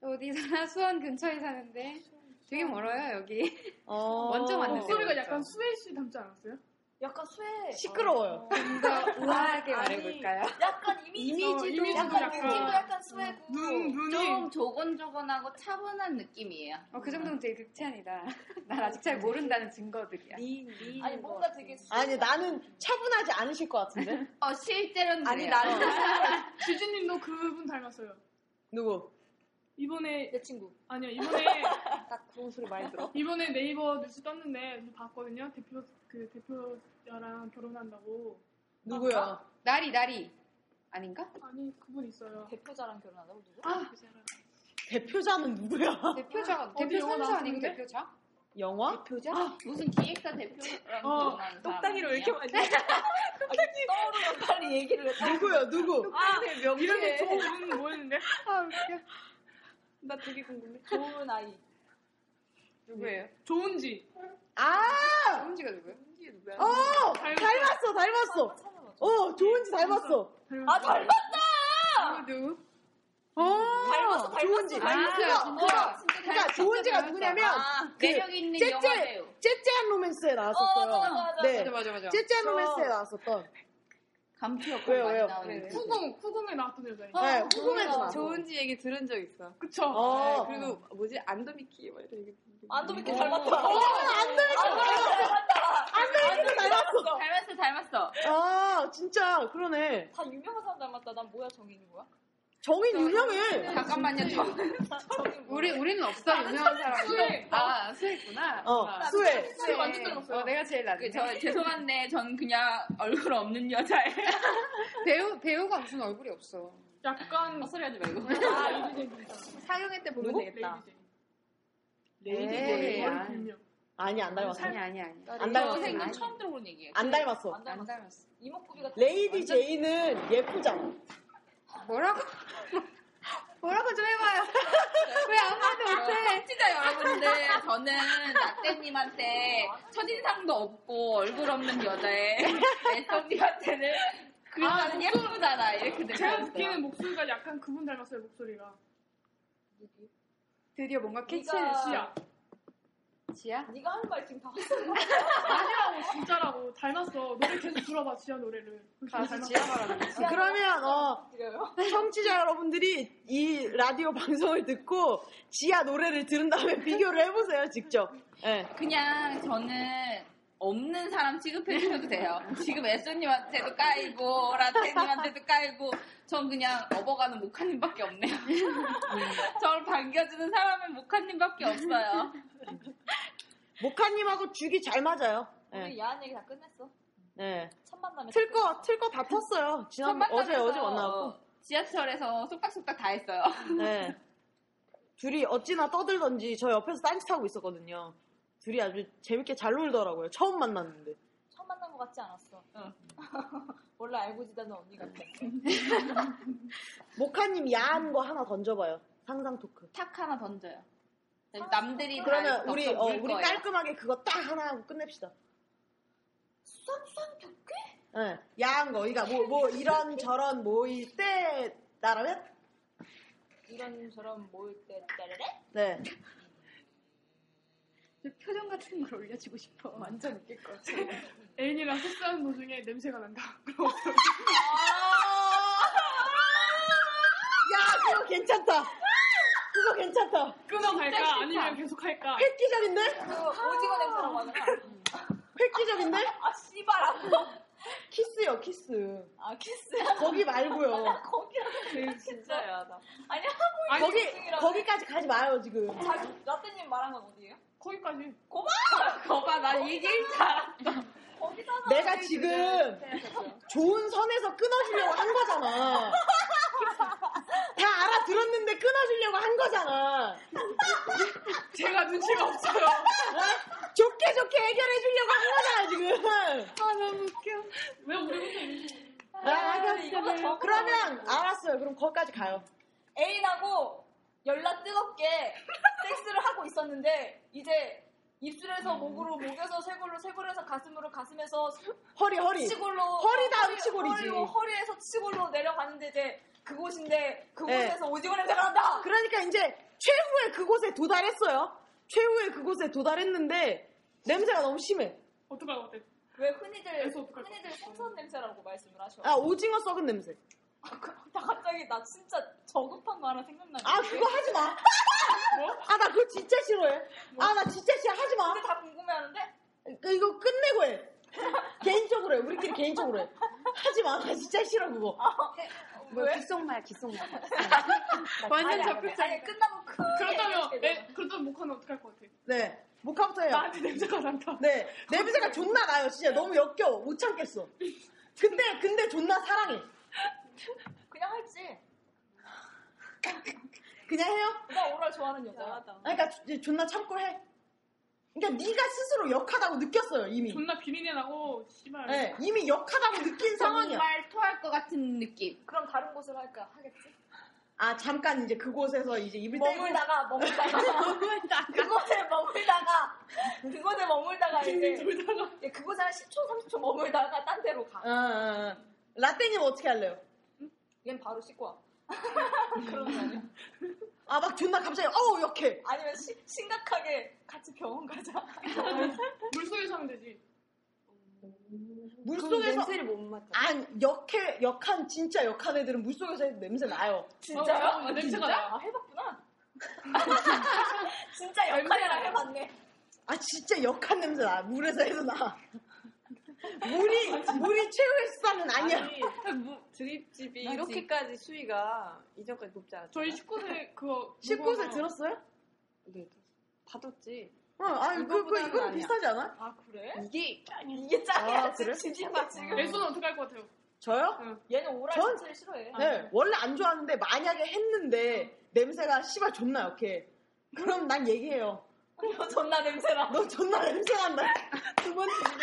E: 어디 사나 수원 근처에 사는데 되게 멀어요 여기.
A: 어,
E: 먼저 만났어요.
C: 목소리가 약간 수혜 씨 닮지 않았어요?
B: 약간 수혜. 어,
A: 시끄러워요.
E: 좀 더 우아하게 말해볼까요?
B: 약간 이미지.
C: 어, 이미지도
B: 약간
C: 약간-
B: 느낌도 약간 수혜고.
C: 눈
A: 음.
C: 눈이
D: 좀 조곤조곤하고 차분한 느낌이에요.
E: 어, 그 정도면 되게 극찬이다. 날 아직 잘 모른다는 증거들이야.
B: 아니 뭔가 되게 수-
A: 아니, 나는 차분하지 않으실 것 같은데? 어.
D: 어 실제로는
G: 아니
D: 그래요.
G: 나는
C: 지진님도 그분 닮았어요.
A: 누구?
C: 이번에
B: 내 친구.
C: 아니요 이번에
G: 딱 그런 소리 많이 들어.
C: 이번에 네이버 뉴스 떴는데 좀 봤거든요. 대표 그 대표자랑 결혼한다고.
A: 누구야?
E: 나리 나리 아닌가?
C: 아니 그분 있어요.
B: 대표자랑 결혼하다고 누구?
C: 그 사람.
A: 대표자는 누구야?
E: 대표자
C: 어디
E: 대표
C: 영화
E: 선수 아니고
C: 나왔는데?
E: 대표자?
A: 영화?
G: 대표자?
D: 무슨 기획사 대표랑
C: 어,
D: 결혼한 사람
G: 똑딱이로 왜
D: 아니에요?
G: 이렇게 많이
B: 떠오르면 빨리 얘기를 해.
A: 누구야, 누구?
B: 아,
C: 이름이 조금 뭐였는데?
E: 아 웃겨.
G: 나 되게 궁금해.
B: 좋은 아이.
E: 누구예요?
C: 네, 좋은지.
A: 아,
E: 엄지가 누구예요?
G: 이게 누구야?
A: 어!
C: 닮았어.
A: 닮았어, 닮았어.
B: 찾아봐줘.
A: 어, 좋은지 닮았어.
B: 아 닮았어
E: 누구 누구?
B: 닮았어 닮았어.
A: 좋은지.
E: 아 진짜.
A: 그러니까 좋은지가 누구냐면, 그
D: 아, 매력 있는
A: 째째.
D: 영화 배우.
A: 어, 째째한 로맨스에 나왔었어요.
B: 어, 맞아, 맞아,
A: 네.
E: 맞아 맞아 맞아.
A: 째째한
C: 저-
A: 로맨스에 나왔었던.
D: 감초
A: 왜요,
D: 역할 많이
A: 왜요?
D: 나오는. 그
C: 네. 후궁 후궁에 나왔던 여자.
A: 어, 네, 궁금해서 나왔어.
G: 좋은지 얘기 들은 적 있어.
C: 그쵸.
A: 어.
G: 네, 그리고 뭐지 안도미키 막 이런 얘기.
B: 안도미키
G: 어.
B: 닮았다.
A: 안도미키 닮았어.
D: 닮았어 닮았어.
A: 아, 진짜, 그러네.
B: 다 유명한 사람 닮았다. 난 뭐야 정인이 뭐야?
A: 정인
D: 네.
A: 유명해.
E: 잠깐만요. 저-
B: 정인 뭐야?
E: 우리 우리는 없어 유명한 사람.
C: 수혜.
E: 아 수혜구나.
A: 어,
E: 아,
A: 수혜.
C: 수혜 완전 닮았어요.
E: 어, 내가 제일 낫네.
D: 그, 저 죄송한데 전 그냥 얼굴 없는 여자예요.
E: 배우 배우가 무슨 얼굴이 없어.
C: 약간
D: 헛소리 하지 말고.
C: 아 레이디 제인.
E: 상영회 때 보면
B: 네.
E: 되겠다.
C: 레이디 제인. 네.
E: 에이,
A: 레이디
E: 아.
C: 머리 길면.
A: 네. 아니, 안 닮았어.
E: 아니 아니 아니.
A: 안
D: 저
A: 닮았어.
D: 생긴 처음 들어보는 얘기예요.
A: 안 닮았어.
B: 안
E: 안
B: 닮았어.
E: 닮았어.
B: 이목구비 같은.
A: 레이디 제이는 예쁘잖아.
E: 뭐라고? 뭐라고 좀 해봐요. 왜 아무 말도 못해?
D: 청취자 여러분들, 저는 라떼님한테 첫인상도 없고 얼굴 없는 여자의 애써님한테는 아, 그냥 예쁘잖아. 이렇게 되어
C: 네. 제가 듣기에는 목소리가 약간 그분 닮았어요 목소리가.
E: 드디어 뭔가 캐치
C: 지야.
E: 지야?
B: 네가 하는 말 지금 다 왔어.
C: 아니라고 진짜라고 닮았어. 노래 계속 들어봐 지야 노래를.
B: 아,
E: 가수
C: 닮았어.
E: 지야 말하는 거
A: 그러면 어
B: 드려요.
A: 청취자 여러분들이 이 라디오 방송을 듣고 지아 노래를 들은 다음에 비교를 해보세요 직접. 예.
D: 그냥 저는 없는 사람 취급해 주셔도 돼요. 지금 애쏘님한테도 까이고 라테님한테도 까이고 전 그냥 업어가는 목카님밖에 없네요. 저를 반겨주는 사람은 목카님밖에 없어요.
A: 모카님하고 죽이 잘 맞아요.
B: 우리 야한 얘기 다 끝냈어.
A: 네.
B: 첫 만남에
A: 틀거 틀거 다 텄어요. 지난
D: 첫
A: 어제
D: 만남에서
A: 어제 만나고.
D: 지하철에서 속닥속닥 다 했어요.
A: 네. 둘이 어찌나 떠들던지 저 옆에서 딴짓하고 있었거든요. 둘이 아주 재밌게 잘 놀더라고요. 처음 만났는데.
B: 처음 만난 것 같지 않았어.
D: 응.
B: 원래 알고 지내던 언니 같아.
A: 모카님 야한 거 하나 던져봐요. 상상 토크.
D: 탁 하나 던져요. 아, 남들이 다
A: 그러면
D: 이렇게
A: 우리
D: 덮쳐
A: 어,
D: 물
A: 우리
D: 거예요.
A: 깔끔하게 그거 딱 하나 하고 끝냅시다.
B: 수상수상 겪게?
A: 예, 야한 거. 그러니까 뭐, 뭐 이런 저런 모일 때 나라면
B: 이런 저런 모일 때 따르래?
A: 네.
E: 표정 같은 걸 올려주고 싶어. 완전 웃길 것 같아.
C: 애인이랑 섹스하는 도중에 냄새가 난다. 그러고
A: 야 그거 괜찮다. 그거 괜찮다.
C: 끊어갈까 아니면 계속할까.
A: 획기적인데?
B: 그 오징어 냄새라고 하잖아.
A: 획기적인데?
B: 아 씨발하고.
A: 키스요 키스.
B: 아 키스야.
A: 거기 말고요.
B: 거기라
C: 네,
B: 진짜야 나. 아니
C: 아니,
A: 거기 거기까지 가지 마요 지금.
B: 자기 라떼님 말한 건 어디예요?
C: 거기까지.
D: 거봐 난 얘기를 잘.
B: 거기잖아.
A: 내가 지금 좋은 선에서 끊어주려고 한 거잖아. 다 알아들었는데 끊어주려고 한 거잖아.
C: 제가 눈치가 없어요.
A: 어? 좋게 좋게 해결해 주려고 한 거잖아 지금.
C: 왜 우리 혼자
A: 아, 알았어요. 그러면 알았어요. 그럼 거기까지 가요.
B: 애인하고 열나 뜨겁게 섹스를 하고 있었는데 이제 입술에서 목으로 목에서 쇄골로 쇄골에서 가슴으로 가슴에서
A: 허리 허리.
B: 치골로
A: 허리 다음 치골이지.
B: 허리로, 허리에서 치골로 내려가는데 이제
A: 네.
B: 그곳인데 그곳에서 오징어 냄새가 난다.
A: 그러니까 이제 최후의 그곳에 도달했어요. 최후의 그곳에 도달했는데 냄새가 너무 심해.
C: 어떡할 것 같아.
B: 왜 흔히들
C: 그래서 어떡할
B: 흔히들 생선 냄새라고 말씀을 하셔.
A: 아 오징어 썩은 냄새.
B: 아, 그- 나 갑자기 나 진짜 저급한 거 하나 생각나네.
A: 아 그거 하지 마.
C: 뭐?
A: 아 나 그거 진짜 싫어해. 아 나 진짜 싫어 하지 마.
B: 우리 다 궁금해하는데
A: 그, 이거 끝내고 해. 개인적으로 해. 우리끼리 개인적으로 해. 하지 마. 나 진짜 싫어 그거.
B: 어,
E: 뭐 귓속말 귓속말.
C: 완전
B: 뭐, 아니, 아니,
C: 적극적.
B: 아니 끝나면 크게 얘기하게 뭐
C: 그렇다면 예.
B: 되잖아.
C: 애, 그렇다면 목하는 어떡할 것 같아.
A: 네. 목화부터 해요.
C: 나한테 냄새가 난다.
A: 네. 냄새가 존나 나요. 진짜 너무 역겨워. 못 참겠어. 근데 근데 존나 사랑해.
B: 그냥 할지.
A: 그냥 해요.
B: 나 오랄 좋아하는 여자다.
A: 아니, 그러니까 조- 존나 참고 해. 그러니까 네가 스스로 역하다고 느꼈어요
B: 네.
A: 이미.
C: 존나 비린내 나고 씨발.
A: 네, 이미 역하다고 느낀 상황이야.
D: 정말 토할 것 같은 느낌.
B: 그럼 다른 곳을 할까 하겠지?
A: 아 잠깐 이제 그곳에서 이제 입을 떼고
B: 머물다가 머물다가 그곳에 머물다가 그곳에 머물다가 이제
C: 놀다가
B: 이제 그곳에 한 10초 30초 머물다가 딴 데로 가.
A: 어, 어, 어. 라떼님 어떻게 할래요?
B: 얜 바로 씻고 와. 그런 거 아니야?
A: 아 막 존나 갑자기 어우 역해.
B: 아니면 시- 심각하게 같이 병원 가자.
C: 물속에서 하면 되지.
A: 물
G: 그럼
A: 속에서
G: 냄새를 못 맡아.
A: 안 역해 역한 진짜 역한 애들은 물 속에서 해도 냄새 나요.
B: 진짜요?
C: 어, 어, 냄새가 나.
B: 아, 해봤구나. 진짜 역할이랑 해봤네.
A: 아 진짜 역한 냄새 나. 물에서 해도 나. 물이 물이 최후의 수단은 아니야.
G: 뭐, 드립집이 이렇게까지 수위가 이전까지 높지 않았어.
C: 저희 19세 그거
A: 19세
C: 누구나-
A: 들었어요?
G: 네. 받았지.
A: 어, 아 그, 그,
G: 이거보다는
A: 이건
G: 아니야.
A: 비슷하지 않아?
B: 아 그래?
G: 이게
B: 이게 짱이야.
A: 아, 그래?
B: 진짜 지금
C: 애써는 어떻게 할 것 같아요?
A: 저요?
B: 얘는 오랄
A: 전-
B: 자체를 싫어해.
G: 아.
A: 네, 원래 안 좋아하는데 만약에 했는데 냄새가 씨발 존나 역해. 그럼 난 얘기해요.
B: 너 존나 냄새나.
A: 너 존나 냄새 난다.
G: 두 번째 집에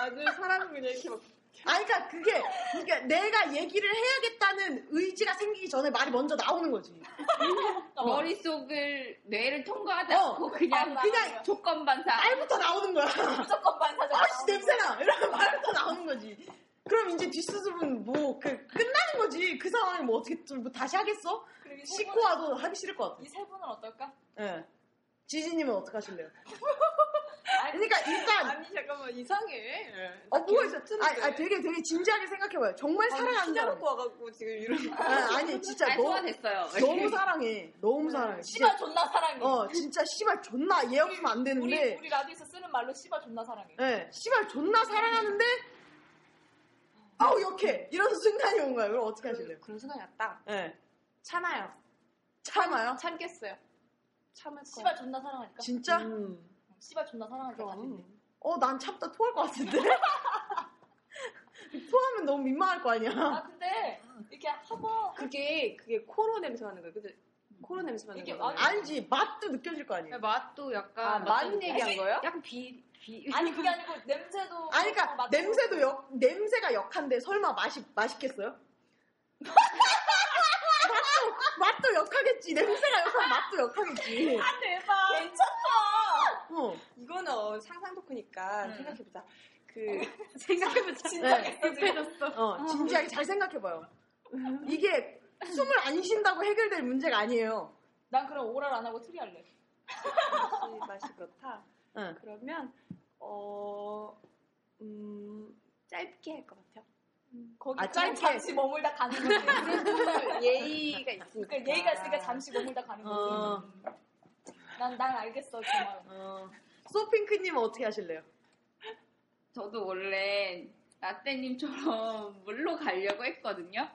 G: 아주 사람은 그냥 이렇게 막
A: 아, 그러니까 그게 그러니까 내가 얘기를 해야겠다는 의지가 생기기 전에 말이 먼저 나오는 거지.
D: 어. 머릿속을 뇌를 통과하지
A: 어,
D: 않고 그냥
B: 아,
A: 그냥
D: 조건반사.
A: 말부터 나오는 거야.
B: 무조건 반사자.
A: 아씨 냄새나 이런 말부터 나오는 거지. 그럼 이제 뒷수습은 뭐, 그, 끝나는 거지. 그 상황에 뭐 어떻게, 좀 뭐 다시 하겠어?
B: 그리고 이 세
A: 씻고
B: 분은,
A: 와도 하기 싫을 것 같아.
B: 이 세 분은 어떨까?
A: 예. 지진님은 어떡하실래요?
B: 아니,
A: 그러니까 일단,
G: 아니 잠깐만 이상해.
B: 네.
A: 어, 뭐가 있어? 아, 아, 되게, 되게 진지하게 생각해봐요. 정말 사랑하는
G: 진짜
A: 사람.
G: 놓고 와갖고 지금 이런.
A: 아, 아니, 진짜
D: 아,
A: 너무,
D: 소화됐어요.
A: 너무 사랑해. 너무 사랑해. 진짜,
B: 씨발 존나 사랑해.
A: 어, 진짜 씨발 존나 얘 없으면 안
B: 우리,
A: 되는데.
B: 우리 라디오에서 쓰는 말로 씨발 존나 사랑해.
G: 어.
A: 예, 씨발 존나 사랑하는데, 아우, 역해. 이런 순간이 온 거예요. 그럼 어떻게 하실래요?
G: 그런 순간이 왔다.
A: 예.
G: 참아요.
A: 참아요?
G: 참겠어요. 참을 거야.
B: 씨발 존나 사랑하니까.
A: 진짜?
B: 씨발 존나 사랑하니까.
G: 그럼.
B: 같은데.
A: 어, 난 참다 토할 것 같은데? 토하면 너무 민망할 거 아니야.
B: 아 근데 이렇게 한번
G: 그게 그게 코로 냄새 맡는 거야. 근데 코로 냄새 맡는
B: 이게
G: 거야.
B: 아니-
A: 아니지, 맛도 느껴질 거 아니야.
E: 맛도
G: 아,
E: 약간
G: 많은 얘기한 거예요?
E: 약간 비 비.
B: 아니 그게 아니고 냄새도
A: 아니, 그니까,
B: 맡고
A: 냄새도 역, 냄새가 역한데, 설마 맛이, 맛있겠어요? 맛도, 맛도 역하겠지. 냄새가 역하면 맛도 역하겠지.
B: 아,
G: 대박.
B: 괜찮다.
A: 어.
G: 이거는 어, 상상 덕후니까
D: 음.
G: 생각해보자. 그
E: 생각해보자.
A: 네.
E: 급해졌어.
A: 어, 진지하게 잘 생각해봐요. 이게 숨을 안 쉰다고 해결될 문제가 아니에요.
B: 난 그럼 오랄 안 하고 트리 할래.
G: 맛이, 맛이 그렇다.
A: 응.
G: 그러면 어, 음, 짧게 할 것 같아요.
B: 거기
A: 아, 짧게.
B: 그냥 잠시 머물다 가는 거지.
G: 예의가 있으니까.
B: 그러니까 예의가 있으니까 잠시 머물다 가는
A: 어.
B: 거지. 난, 난 알겠어, 정말.
A: 어. 소핑크님은 어떻게 하실래요?
D: 저도 원래 라떼님처럼 물로 가려고 했거든요.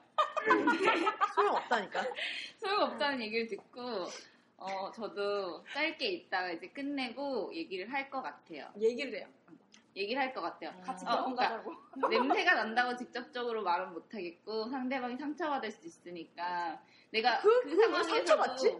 A: 소용없다니까.
D: 소용없다는 얘기를 듣고 어 저도 짧게 있다가 이제 끝내고 얘기를 할 것 같아요.
G: 얘기를 해요.
D: 얘기를 할 것 같아요.
B: 같이
D: 어,
B: 병원
D: 그러니까
B: 가자고.
D: 냄새가 난다고 직접적으로 말은 못하겠고 상대방이 상처받을 수 있으니까 내가
A: 그-
D: 그,
A: 그걸
D: 상황에서도
A: 상처받지?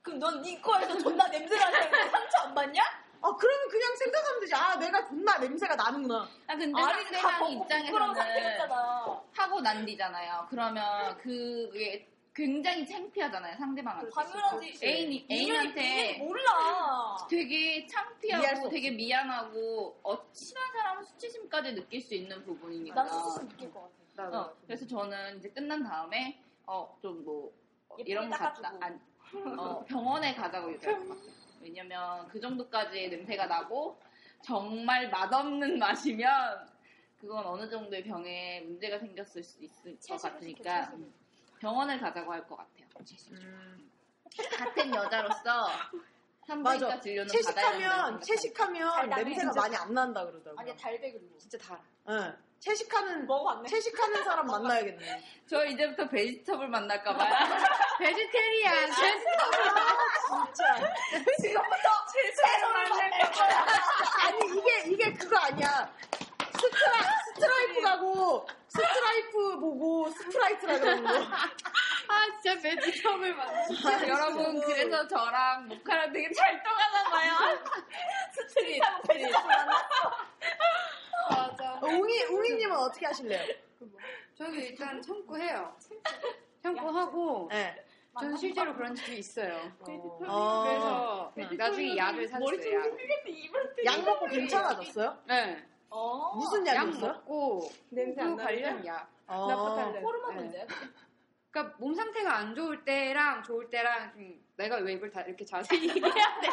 B: 그럼 넌네 코에서 존나 아, 냄새 나는데 상처 안 받냐?
A: 아, 그러면 그냥 생각하면 되지. 아, 내가 존나 냄새가 나는구나.
D: 아 근데
B: 아니, 다
D: 상대방
B: 먹고 부끄러운
D: 입장에서는
B: 상태였잖아.
D: 하고 난 뒤잖아요. 그러면 그게 굉장히 창피하잖아요. 상대방한테.
B: 당연하지.
D: 애인이
B: 니네
D: 애인한테
B: 몰라.
D: 되게
A: 이해할 수
D: 창피하고
A: 없어.
D: 되게 미안하고 어, 친한 사람은 수치심까지 느낄 수 있는 부분이니까.
B: 난 스스로 느낄 것 같아.
D: 어, 그래서 저는 이제 끝난 다음에 어 좀 뭐
B: 예쁘게
D: 이런 거
B: 닦아주고.
D: 갖다 안, 어, 병원에 가자고 얘기할 것 같아요. 왜냐면 그 정도까지 냄새가 나고 정말 맛없는 맛이면 그건 어느 정도의 병에 문제가 생겼을 수 있을 것
B: 채식을
D: 같으니까 음,
B: 시켜, 채식을.
D: 병원을 가자고 할 것 같아요. 음, 같은 여자로서 산부인과
A: 맞아.
D: 진료는 받아야 된다.
A: 채식하면, 채식하면
B: 달달해,
A: 냄새가
B: 진짜.
A: 많이 안 난다 그러더라고.
B: 아니, 뭐? 달배기로.
G: 진짜 달아.
A: 응. 채식하는,
B: 먹어봤네.
A: 채식하는 사람 만나야겠네.
D: 저 이제부터 베지터블 만날까 봐요.
E: 베지테리안.
A: 진짜.
B: 지금부터 채소를 만날 거야.
A: 아니, 이게, 이게 그거 아니야. 스트라, 스트라이프 가고, 스트라이프 보고, 스트라이트라 그러는 거.
E: 아 진짜 베지터블 맞.
D: 여러분 그래서 저랑 모카랑 되게 잘 통하나 봐요.
B: 스트리. 베지터블 만나.
E: 맞아.
A: 웅이, 웅이님은 어떻게 하실래요?
E: 저도 일단 참고해요. 참고하고
A: 예.
E: 저는 실제로 그런 적이 있어요.
A: 어,
E: 그래서 나중에 약을 샀어요. 약.
A: 약 먹고 괜찮아졌어요?
E: 네.
B: 어.
A: 무슨
E: 약
A: 약이었어요?
E: 먹고
G: 냄새 안
E: 그 관련
G: 나는데?
E: 약.
A: 어.
G: 나포탈렌.
B: 호르몬
E: 네.
B: 문제.
E: 그러니까 몸 상태가 안 좋을 때랑 좋을 때랑 좀 내가 왜 입을 다 이렇게 자세히 얘기해야 돼.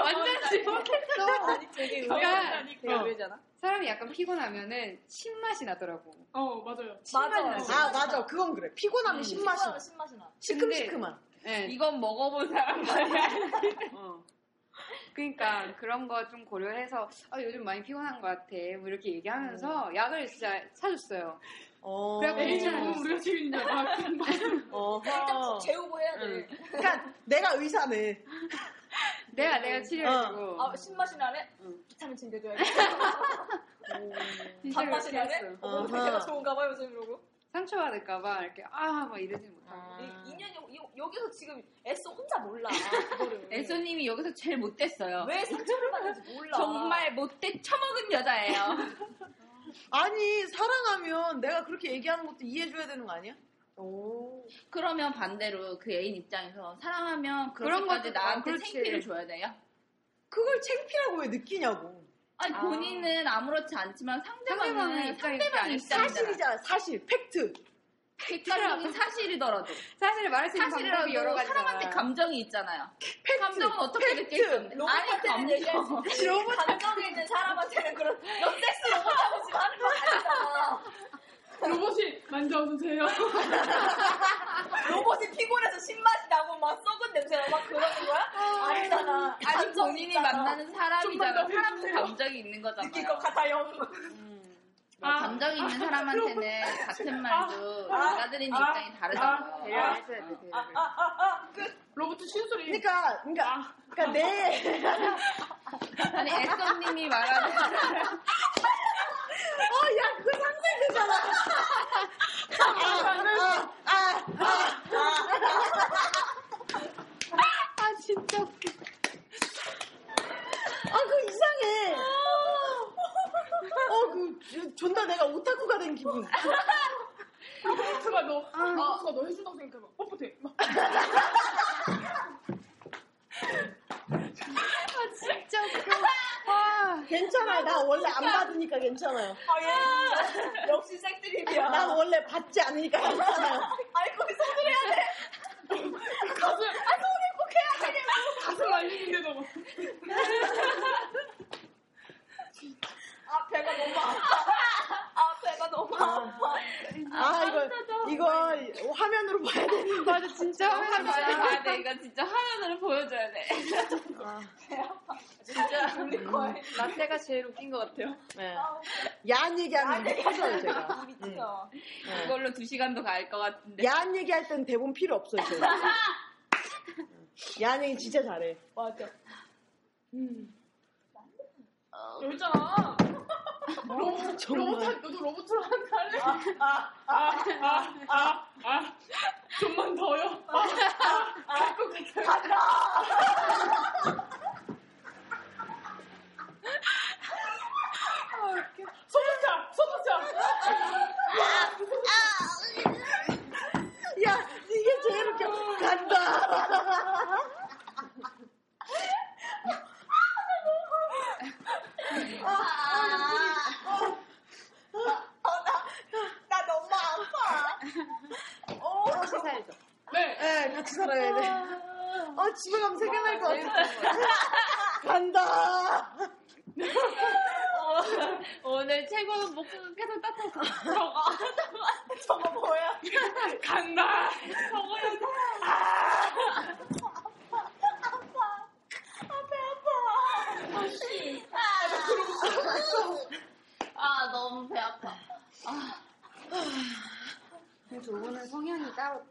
E: 완전 지목했어.
G: 아니 되게
E: 그러니까-
G: 의외잖아. 되게 의외잖아.
E: 사람이 약간 피곤하면은 신맛이 나더라고.
C: 어, 맞아요.
B: 맞아요.
A: 아, 맞아. 그건 그래.
E: 음.
A: 피곤하면 신맛이.
B: 신맛이 아, 나, 신맛이 나.
A: 시큼시큼한.
E: 네.
D: 이건 먹어본 사람만
E: 어. 그러니까 그런 거 좀 고려해서 아, 요즘 많이 피곤한 것 같아. 뭐 이렇게 얘기하면서 약을 진짜 사줬어요.
A: 어.
E: 그래갖고
C: 애인이
E: 괜찮아요.
C: 너무 우려 중인데 막
A: 어허.
B: 재우고 해야 돼.
A: 그러니까 내가 의사네.
E: 내가 내가 치료해주고.
B: 아, 신맛이 나네?
E: 응.
B: 비타민 챙겨줘야지. 음.
E: 진짜로
B: 단맛이
E: 이렇게
B: 나네?
E: 했어요.
B: 어머,
A: 어허.
B: 내가 좋은가 봐, 요즘 이러고.
E: 상처받을까봐 이렇게 아 막 이러지 못하고.
B: 이 인연이, 여- 여기서 지금 애써 혼자 몰라, 그거를.
D: 애소님이 여기서 제일 못됐어요.
B: 왜 상처를 받는지 몰라.
D: 정말 못돼 처먹은 여자예요.
A: 아니 사랑하면 내가 그렇게 얘기하는 것도 이해해줘야 되는 거 아니야?
D: 그러면 반대로 그 애인 입장에서 사랑하면
E: 그런
D: 그런 것까지
E: 것도- 아,
D: 나한테
E: 그렇지.
D: 생피를 줘야 돼요?
A: 그걸 창피하고 왜 느끼냐고.
D: 아니
E: 아.
D: 본인은 아무렇지 않지만 상대방은
E: 상대방의
D: 상대방
E: 입장이니까.
D: 입장이잖아.
A: 사실이잖아, 사실, 팩트.
D: 객관적인 그 사실이더라도
E: 사실을 말할 수 있는
D: 사실이라도
E: 방법이 그렇죠. 여러 가지잖아.
D: 사람한테 감정이 있잖아요. 감정은 어떻게 느낄 수 없는 아니
B: 로봇한테는
D: 감정.
B: 얘기할 수 있는데 감정에 있는 사람한테는 그런 너 섹스 로봇하고 지금 하는 거 아니잖아.
C: 로봇이 만져주세요.
B: 로봇이 피곤해서 신맛이 나고 막 썩은 냄새나 막 그러는 거야? 아니잖아.
D: 아니
B: 감정이
D: 본인이
B: 있잖아.
D: 만나는
C: 좀만 더
D: 사람이잖아. 사람도
C: 해주세요.
D: 감정이 있는
B: 느낄 것
D: 거잖아요.
B: 같아요.
C: 아.
D: 감정이 있는 사람한테는 같은 말도 받아들이는
C: 아.
D: 입장이 다르잖아요. 아.
E: 대화를 했어야 돼. 대화를.
C: 로봇 신소리.
A: 그러니까,
E: 아.
A: 그러니까, 그러니까 내,
D: 아니 애써님이 말하는
A: 아, 진짜 웃겨. 아, 그거 이상해. 어, 그, 존나 내가 오타쿠가 된 기분.
C: 로봇가 너, 로봇가 너 해준다고 생각해. 막 뻣뻣해. 막.
A: 괜찮아요. 나 원래 안
E: 그러니까.
A: 받으니까 괜찮아요.
B: 아, 예. 역시 섹드립이야.
A: 난 원래 받지 않으니까 괜찮아요.
B: 아니, 거기 손을 해야 돼.
C: 가슴, 아, 손 행복해야 되 가슴 말리는데도 막.
B: 아, 배가 너무 아파. 아, 배가 너무 아파.
A: 아, 이거, 이거 화면으로 봐야 되는 거.
E: 맞아 진짜 화면을
D: 봐야 돼. 이거 진짜 화면으로 보여줘야 돼.
E: 아.
D: 음.
B: 진짜 돌릴 거예요.
E: 라떼가 제일 웃긴 것 같아요.
A: 네. 야한 얘기하면 이거 터져요, 제가.
B: 아, 네. 음, 입이 튀어.
D: 이걸로 두 시간도 갈 것 같은데.
A: 야한 네. 얘기할 땐 대본 필요 없어요, 제가. 야한 얘기 진짜 잘해.
B: 맞아.
C: 열잖아. 로봇,
A: 정말.
C: 로봇, 한- 너도 로봇으로 한 달래? 아, 아, 아, 아, 아. 좀만 더요. 아, 아, 갈것 같아요. 소문자, 소문자.
A: 야, 이게 제일 웃겨. 간다.
C: 아,
B: 나 너무 아파. 어.
A: 같이 살죠.
C: 네.
A: 네, 같이 살아야 돼. 아, 집에 가면 생각날 것 같아. 간다.
D: 어, 오늘 최고는 목소리 계속 따뜻해.
B: 저거 뭐야?
C: 간다.
D: 아 너무 배 아파.
E: 두 분은 네. 성향이 따로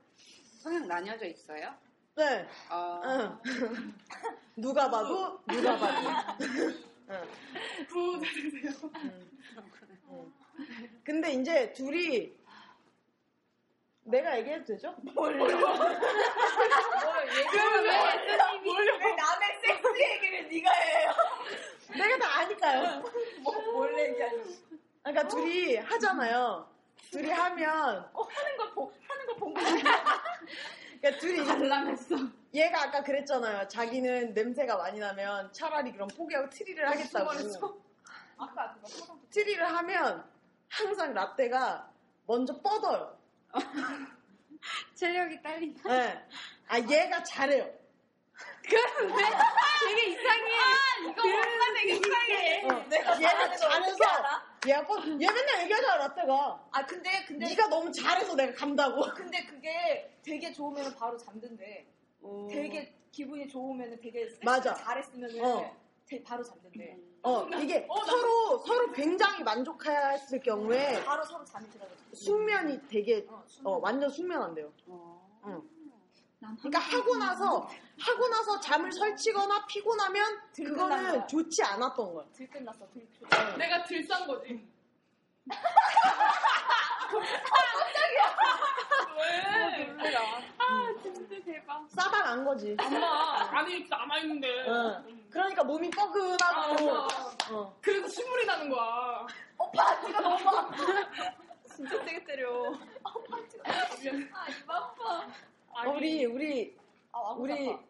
E: 성향 나뉘어져 있어요?
A: 네.
B: 아.
E: 어,
A: 응. 누가 봐도, 누가 봐도.
C: 부 되세요.
A: 근데 이제 둘이 내가 얘기해도 되죠?
B: 왜 남의 섹스 얘기를 네가 해요?
A: 내가 다 아니까요.
B: 뭐, 뭘 얘기하는
A: 그러니까 둘이 하잖아요. 둘이 하면
B: 걸 보, 하는 걸 본 거.
A: 그러니까 둘이 발람했어. 얘가 아까 그랬잖아요. 자기는 냄새가 많이 나면 차라리 그럼 포기하고 트리를 하겠다고.
B: 아까 그거 포장
A: 트리를 하면 항상 라떼가 먼저 뻗어요.
E: 체력이 딸린다.
A: 네. 아 얘가 잘해요.
E: 되게 이상해.
B: 이거 뭔가 되게 이상해.
A: 어.
B: 네. 내가
A: 얘가
B: 잘하는 걸 어떻게
A: 잘해서
B: 알아?
A: 얘가 뻗. 얘 맨날 얘기하잖아 라떼가.
B: 아 근데 근데
A: 네가 너무 잘해서 내가 간다고.
B: 근데 그게 되게 좋으면 바로 잠든대. 되게 기분이 좋으면 되게 섹스
A: 맞아.
B: 잘했으면
A: 어.
B: 되게 바로 잠든대.
A: 어 이게 서로 서로 굉장히 만족했을 경우에
B: 바로 서로 잠이 들어가.
A: 숙면이 되게
B: 어, 숙면. 어.
A: 어, 완전 숙면 안 돼요. 응. 그러니까 하고 나서 하고 나서 잠을 설치거나 피곤하면
B: 끝난 거야.
A: 그거는 좋지 않았던 거야.
B: 들 끝났어. 들 끝.
C: 내가 들싼 거지. 아,
A: 싸다 난 거지.
B: 아, 네.
C: 엄마 아, 안에 남아 있는데.
A: 응. 그러니까 몸이
B: 아,
A: 뻐근하고 어.
C: 그래서 신물이 나는 거야.
B: 오빠 네가 너무 아파. 진짜 세게 때려. 오빠 지금 아입 아파.
A: 어, 우리 우리
B: 아, 왕
A: 우리
B: 아파.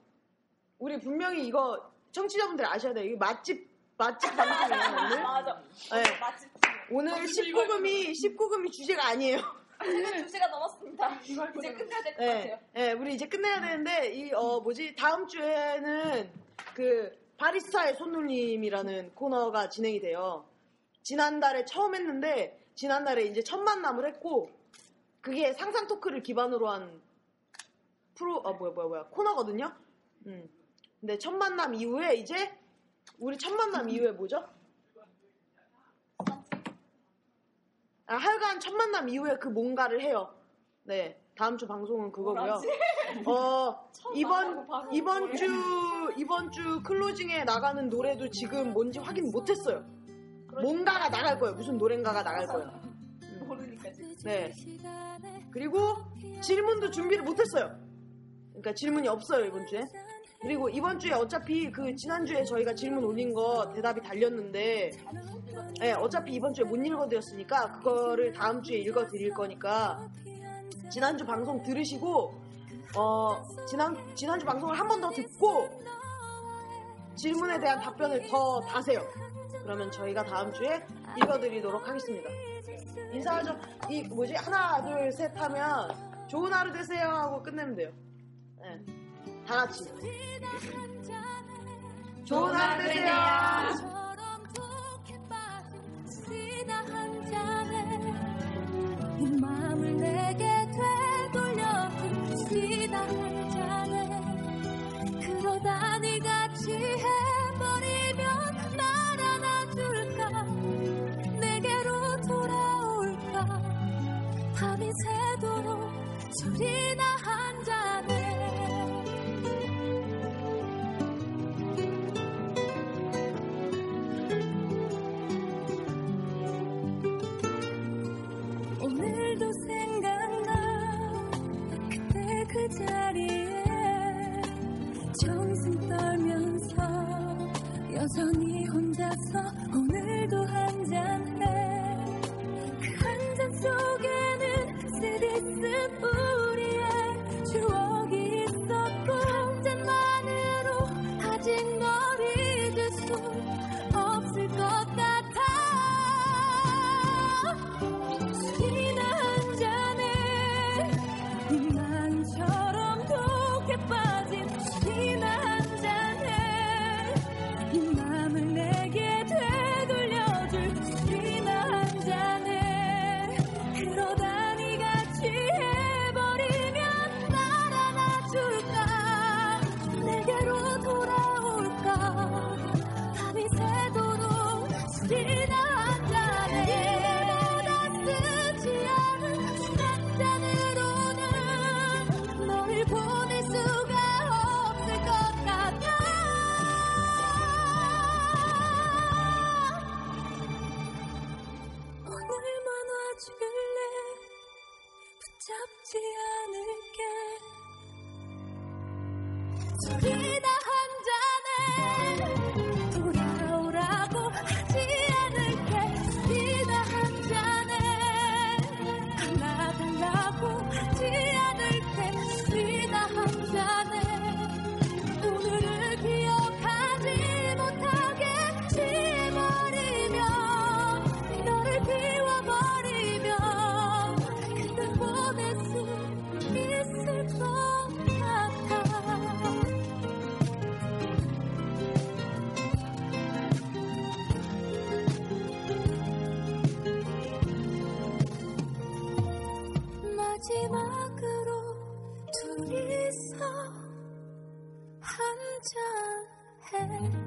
A: 우리 분명히 이거 청취자분들 아셔야 돼요. 이 맛집 맛집 방송이에요 오늘.
B: 맞아.
A: 네.
B: 맛집
A: 오늘 19금이 19금이 주제가 아니에요.
B: 지금 2시가 넘었습니다. 이제 끝내야 될 것
A: 네,
B: 같아요.
A: 네, 우리 이제 끝내야 되는데 이 어 뭐지 다음 주에는 그 바리스타의 손놀림이라는 코너가 진행이 돼요. 지난달에 처음 했는데 지난달에 이제 첫 만남을 했고 그게 상상 토크를 기반으로 한 프로 어 뭐야 뭐야 뭐야 코너거든요. 음. 근데 첫 만남 이후에 이제 우리 첫
B: 음.
A: 만남 이후에 뭐죠? 아, 하여간 첫 만남 이후에 그 뭔가를 해요. 네. 다음 주 방송은 그거고요. 어, 이번 이번 주 이번 주 클로징에 나가는 노래도 지금 뭔지 확인 못 했어요. 뭔가가 나갈 거예요. 무슨 노래인가가 나갈 거예요.
B: 그러니까. 모르니까 지금.
A: 네. 그리고 질문도 준비를 못 했어요. 그러니까 질문이 없어요, 이번 주에. 그리고 이번 주에 어차피 그 지난주에 저희가 질문 올린 거 대답이 달렸는데 예, 어차피 이번 주에 못 읽어드렸으니까 그거를 다음 주에 읽어드릴 거니까 지난주 방송 들으시고 어 지난 지난주 방송을 한 번 더 듣고 질문에 대한 답변을 더 다세요. 그러면 저희가 다음 주에 읽어드리도록 하겠습니다. 인사하죠. 이 뭐지 하나 둘 셋 하면 좋은 하루 되세요 하고 끝내면 돼요. 예. 다 같이. 좋은 하루 되세요.
H: 그러다 네 같이 해버리면 말 안아줄까 내게로 돌아올까 밤이 새도록 술이나 한잔해 오늘도 생각나 그때 그 자리에 정신 떨면서 여전히 혼자서 오늘도 한잔해 그 한 잔 속에는 쓰디쓴 우리의 추억이 있었고 한 잔만으로 아직 널 잊을 수 없을 것 같아 술이나 한잔해 네 마음처럼 독해 빠진 술이나 한잔해 이 마음을 내게 되돌려줄 술이나 한잔해 그러다 니 같이 해버리면 날 안아줄까 내게로 돌아올까 밤이 새도록 술이나 한잔해 이보다 쓰지 않은 술 한잔으로는 너를 보낼 수가 없을 것 같아 오늘만 와줄래 붙잡지 않을게 술이나 한잔해 돌아오라고 하지 않을게 술이나 한잔해 갈라달라고 하지 않을게 술이나 한잔해 오늘을 기억하지 못하게 지워버리면 너를 비워버리면 그댈 보낼 수 있을 것 같아 마지막으로 둘이서 한잔해